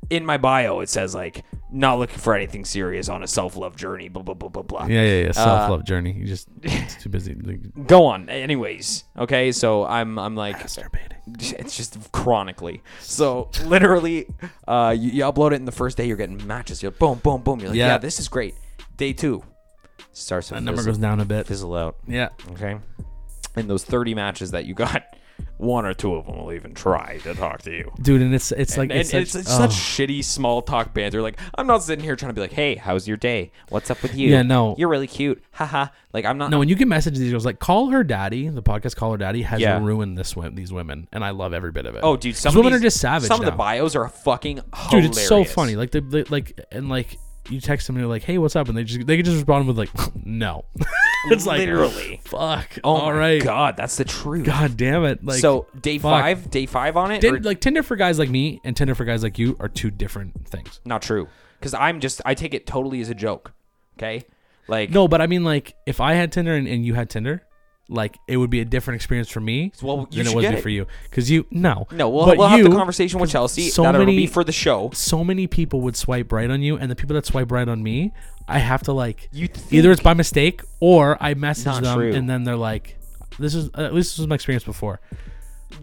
Speaker 1: in my bio it says like not looking for anything serious on a self-love journey blah blah blah blah blah
Speaker 2: Yeah, yeah, yeah. Self love journey. You just it's too busy. Like,
Speaker 1: go on anyways okay so i'm i'm like
Speaker 2: masturbating.
Speaker 1: it's just chronically. So literally, uh, you, you upload it and the first day you're getting matches. You're boom, boom, boom. You're like, yeah,
Speaker 2: Yeah.
Speaker 1: this is great. Day two starts to
Speaker 2: That number
Speaker 1: fizzle,
Speaker 2: goes down a bit.
Speaker 1: fizzle out.
Speaker 2: Yeah.
Speaker 1: Okay, and those thirty matches that you got, one or two of them will even try to talk to you.
Speaker 2: Dude, and it's it's like
Speaker 1: And
Speaker 2: it's,
Speaker 1: it's, it's,
Speaker 2: such,
Speaker 1: such
Speaker 2: oh.
Speaker 1: shitty small talk banter. Like I'm not sitting here trying to be like, "Hey, how's your day? What's up with you?
Speaker 2: Yeah, no.
Speaker 1: you're really cute. Haha." Like I'm not.
Speaker 2: No, when you get messages, these girls like call her daddy. The podcast call her daddy has
Speaker 1: Yeah.
Speaker 2: ruined this wo- these women, and I love every bit of it.
Speaker 1: Oh, dude, some
Speaker 2: These
Speaker 1: of
Speaker 2: women
Speaker 1: these-
Speaker 2: are just savage.
Speaker 1: Some of the
Speaker 2: now.
Speaker 1: bios are fucking
Speaker 2: dude, it's so
Speaker 1: hilarious.
Speaker 2: funny. Like the, the like and like you text them and you're like, hey, what's up? And they just they can just respond with like, no. it's like
Speaker 1: literally.
Speaker 2: fuck.
Speaker 1: Oh
Speaker 2: all
Speaker 1: my
Speaker 2: right. God.
Speaker 1: god, that's the truth.
Speaker 2: damn it. Like
Speaker 1: so day
Speaker 2: fuck.
Speaker 1: five, day five on it,
Speaker 2: Tin-
Speaker 1: or-
Speaker 2: like Tinder for guys like me and Tinder for guys like you are two different things.
Speaker 1: not true. Because I'm just, I take it totally as a joke. Okay, like
Speaker 2: No, but I mean, like, if I had Tinder and, and you had Tinder, like, it would be a different experience for me
Speaker 1: Well, you
Speaker 2: than it
Speaker 1: should
Speaker 2: would
Speaker 1: get
Speaker 2: be
Speaker 1: it.
Speaker 2: for you. Because you, no.
Speaker 1: no, we'll,
Speaker 2: But
Speaker 1: we'll have the
Speaker 2: you-
Speaker 1: conversation with Chelsea.
Speaker 2: so
Speaker 1: That'll
Speaker 2: many-
Speaker 1: be for the show.
Speaker 2: So many people would swipe right on you, and the people that swipe right on me, I have to, like,
Speaker 1: You
Speaker 2: either it's
Speaker 1: think-
Speaker 2: by mistake or I message
Speaker 1: Not
Speaker 2: them,
Speaker 1: true.
Speaker 2: and then they're like, this is, at least this was my experience before.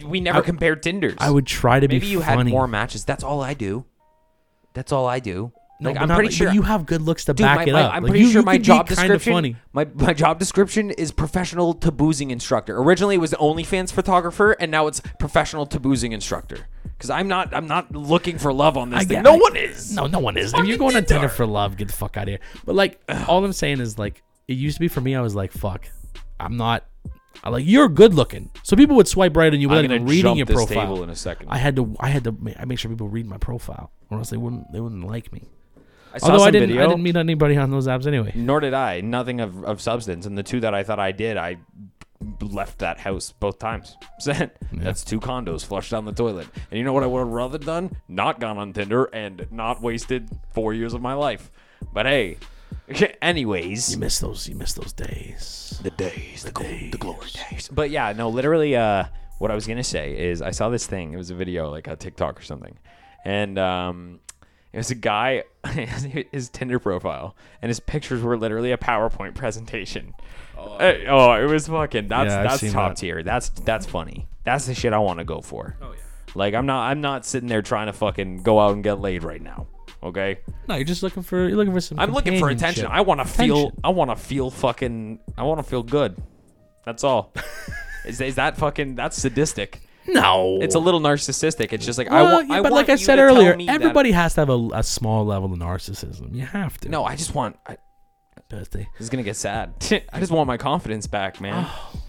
Speaker 1: We never compared Tinders.
Speaker 2: I would try to
Speaker 1: Maybe
Speaker 2: be
Speaker 1: you
Speaker 2: funny.
Speaker 1: had more matches. That's all I do. That's all I do.
Speaker 2: No,
Speaker 1: like
Speaker 2: but
Speaker 1: I'm
Speaker 2: not-
Speaker 1: pretty
Speaker 2: but
Speaker 1: sure
Speaker 2: you have good looks to
Speaker 1: Dude,
Speaker 2: back
Speaker 1: my-
Speaker 2: it
Speaker 1: my-
Speaker 2: up.
Speaker 1: I'm
Speaker 2: Like,
Speaker 1: pretty
Speaker 2: you-
Speaker 1: sure
Speaker 2: you
Speaker 1: my
Speaker 2: could be
Speaker 1: job
Speaker 2: kinda
Speaker 1: description.
Speaker 2: funny.
Speaker 1: My my job description is professional taboozing instructor. Originally it was OnlyFans photographer, and now it's professional taboozing instructor. Because I'm not I'm not looking for love on this
Speaker 2: I
Speaker 1: thing.
Speaker 2: get-
Speaker 1: no
Speaker 2: I-
Speaker 1: one is.
Speaker 2: No, no one is. If you're going on Tinder for love, get the fuck out of here. But like, all I'm saying is like, it used to be for me. I was like, fuck, I'm not. I like you're good looking, so people would swipe right on you without
Speaker 1: gonna
Speaker 2: even reading
Speaker 1: jump
Speaker 2: your
Speaker 1: this
Speaker 2: profile.
Speaker 1: table in a second.
Speaker 2: I had to, I had to, ma- I make sure people read my profile, or else they wouldn't, they wouldn't like me.
Speaker 1: I saw
Speaker 2: Although I
Speaker 1: some
Speaker 2: didn't,
Speaker 1: video.
Speaker 2: I didn't meet anybody on those apps anyway.
Speaker 1: Nor did I. Nothing of, of substance. And the two that I thought I did, I left that house both times. Sent. That's two condos flushed down the toilet. And you know what I would have rather done? Not gone on Tinder and not wasted four years of my life. But hey, anyways.
Speaker 2: You miss those, you miss those days.
Speaker 3: The days, the gold, the glory days.
Speaker 1: But yeah, no, literally, uh, what I was gonna say is I saw this thing. It was a video, like a TikTok or something, and um, it was a guy, his Tinder profile, and his pictures were literally a PowerPoint presentation. Oh, oh it was fucking. That's
Speaker 2: Yeah, I've
Speaker 1: that's
Speaker 2: seen
Speaker 1: top
Speaker 2: that.
Speaker 1: tier. That's that's funny. That's the shit I want to go for. Oh yeah. Like I'm not I'm not sitting there trying to fucking go out and get laid right now. Okay.
Speaker 2: No, you're just looking for, you're looking for some.
Speaker 1: I'm looking for attention. I want to feel.
Speaker 2: Attention.
Speaker 1: I want to feel fucking. I want to feel good. That's all. is, is that fucking? That's sadistic.
Speaker 2: no.
Speaker 1: It's a little narcissistic. It's just like I
Speaker 2: Well,
Speaker 1: want.
Speaker 2: yeah,
Speaker 1: I
Speaker 2: but like
Speaker 1: want
Speaker 2: I
Speaker 1: you
Speaker 2: said
Speaker 1: to tell
Speaker 2: earlier,
Speaker 1: me that-
Speaker 2: everybody has to have a, a small level of narcissism. You have to.
Speaker 1: no, I just want. I,
Speaker 2: Thursday.
Speaker 1: this is gonna get sad. I just want my confidence back, man.
Speaker 2: Oh.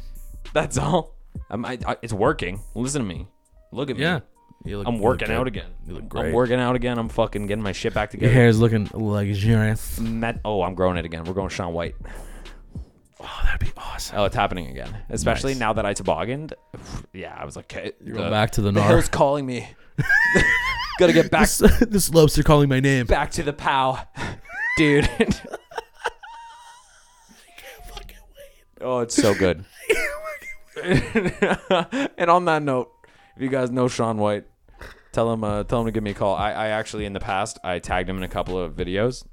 Speaker 1: that's all. I'm, I, I, it's working. Listen to me. Look at me.
Speaker 2: Yeah.
Speaker 1: I'm working out again.
Speaker 2: You look
Speaker 1: I'm
Speaker 2: great.
Speaker 1: working out again. I'm fucking getting my shit back
Speaker 2: Your
Speaker 1: together.
Speaker 2: hair is looking luxurious.
Speaker 1: Met- oh, I'm growing it again. We're going Sean White.
Speaker 2: Oh, that'd be awesome.
Speaker 1: Oh, it's happening again. Especially now that I tobogganed. Yeah, I was like, okay, you're
Speaker 2: Go back to the
Speaker 1: The
Speaker 2: nar.
Speaker 1: hill's calling me. Gotta get back
Speaker 2: This, this lobster calling my name.
Speaker 1: back to the pow, dude. Oh, it's so good. and on that note, if you guys know Sean White, tell him uh, tell him to give me a call. I, I actually in the past I tagged him in a couple of videos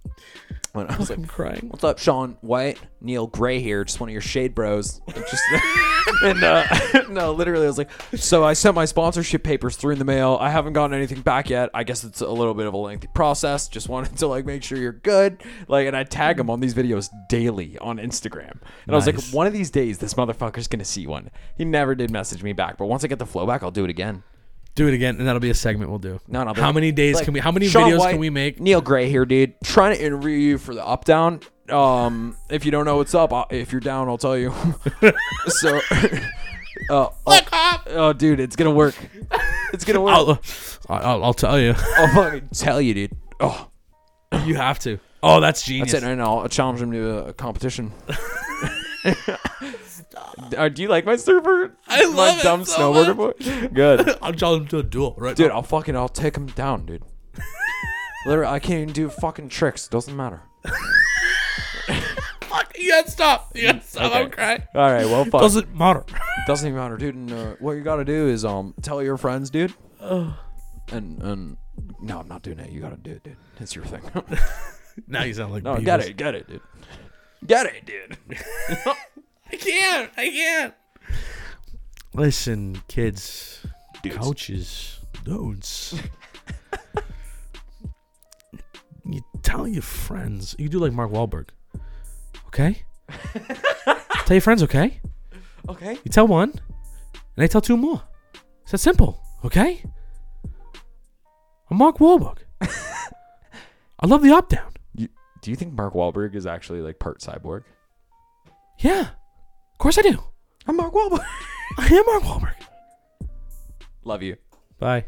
Speaker 1: when I was like,
Speaker 2: I'm crying.
Speaker 1: "What's up, Sean White? Neil Gray here, just one of your shade bros." And Just and uh, no, literally, I was like, "So I sent my sponsorship papers through in the mail. I haven't gotten anything back yet. I guess it's a little bit of a lengthy process. Just wanted to like make sure you're good." Like, and I tag him on these videos daily on Instagram, and I was like,
Speaker 2: Nice.
Speaker 1: "One of these days, this motherfucker's gonna see one." He never did message me back, but once I get the flow back, I'll do it again.
Speaker 2: Do it again, and that'll be a segment we'll do.
Speaker 1: No, no.
Speaker 2: How
Speaker 1: like-
Speaker 2: many days
Speaker 1: like,
Speaker 2: can we? How many
Speaker 1: Sean
Speaker 2: videos
Speaker 1: White,
Speaker 2: can we make?
Speaker 1: Neil Gray here, dude. Trying to interview you for the up down. Um, if you don't know what's up, I'll, if you're down, I'll tell you. so, uh, oh, oh, dude, it's gonna work. It's gonna work. I'll,
Speaker 2: I'll, Oh, I'll, I'll tell you.
Speaker 1: Oh. fucking tell you, dude. Oh,
Speaker 2: you have to. Oh, that's
Speaker 1: that's
Speaker 2: genius.
Speaker 1: it. And I'll challenge him to a competition. Uh, do you like my surfer? I
Speaker 2: love
Speaker 1: my
Speaker 2: it
Speaker 1: dumb
Speaker 2: so
Speaker 1: snowboarder boy. Good.
Speaker 2: I'll challenge him to a duel, right?
Speaker 1: Dude, I'll fucking I'll take him down, dude. Literally, I can't even do fucking tricks. Doesn't matter.
Speaker 2: Oh, fuck, you gotta stop. You gotta stop.
Speaker 1: Mm. Okay. Oh.
Speaker 2: I'm crying.
Speaker 1: All right, well, fuck. Doesn't,
Speaker 2: Doesn't matter.
Speaker 1: even matter, dude. And uh, what you gotta do is um tell your friends, dude. And and no, I'm not doing it. You gotta do it, dude. It's your thing.
Speaker 2: now you sound like
Speaker 1: no,
Speaker 2: Beavis.
Speaker 1: get it, get it, dude. Get it, dude.
Speaker 2: I can't. I can't. Listen, kids, coaches, don'ts. you tell your friends. You do like Mark Wahlberg, okay? tell your friends, okay?
Speaker 1: Okay.
Speaker 2: You tell one, and they tell two more. It's that simple, okay? I'm Mark Wahlberg. I love the up down.
Speaker 1: You, do you think Mark Wahlberg is actually like part cyborg?
Speaker 2: Yeah, of course I do.
Speaker 1: I'm Mark Wahlberg.
Speaker 2: I am Mark Wahlberg.
Speaker 1: Love you.
Speaker 2: Bye.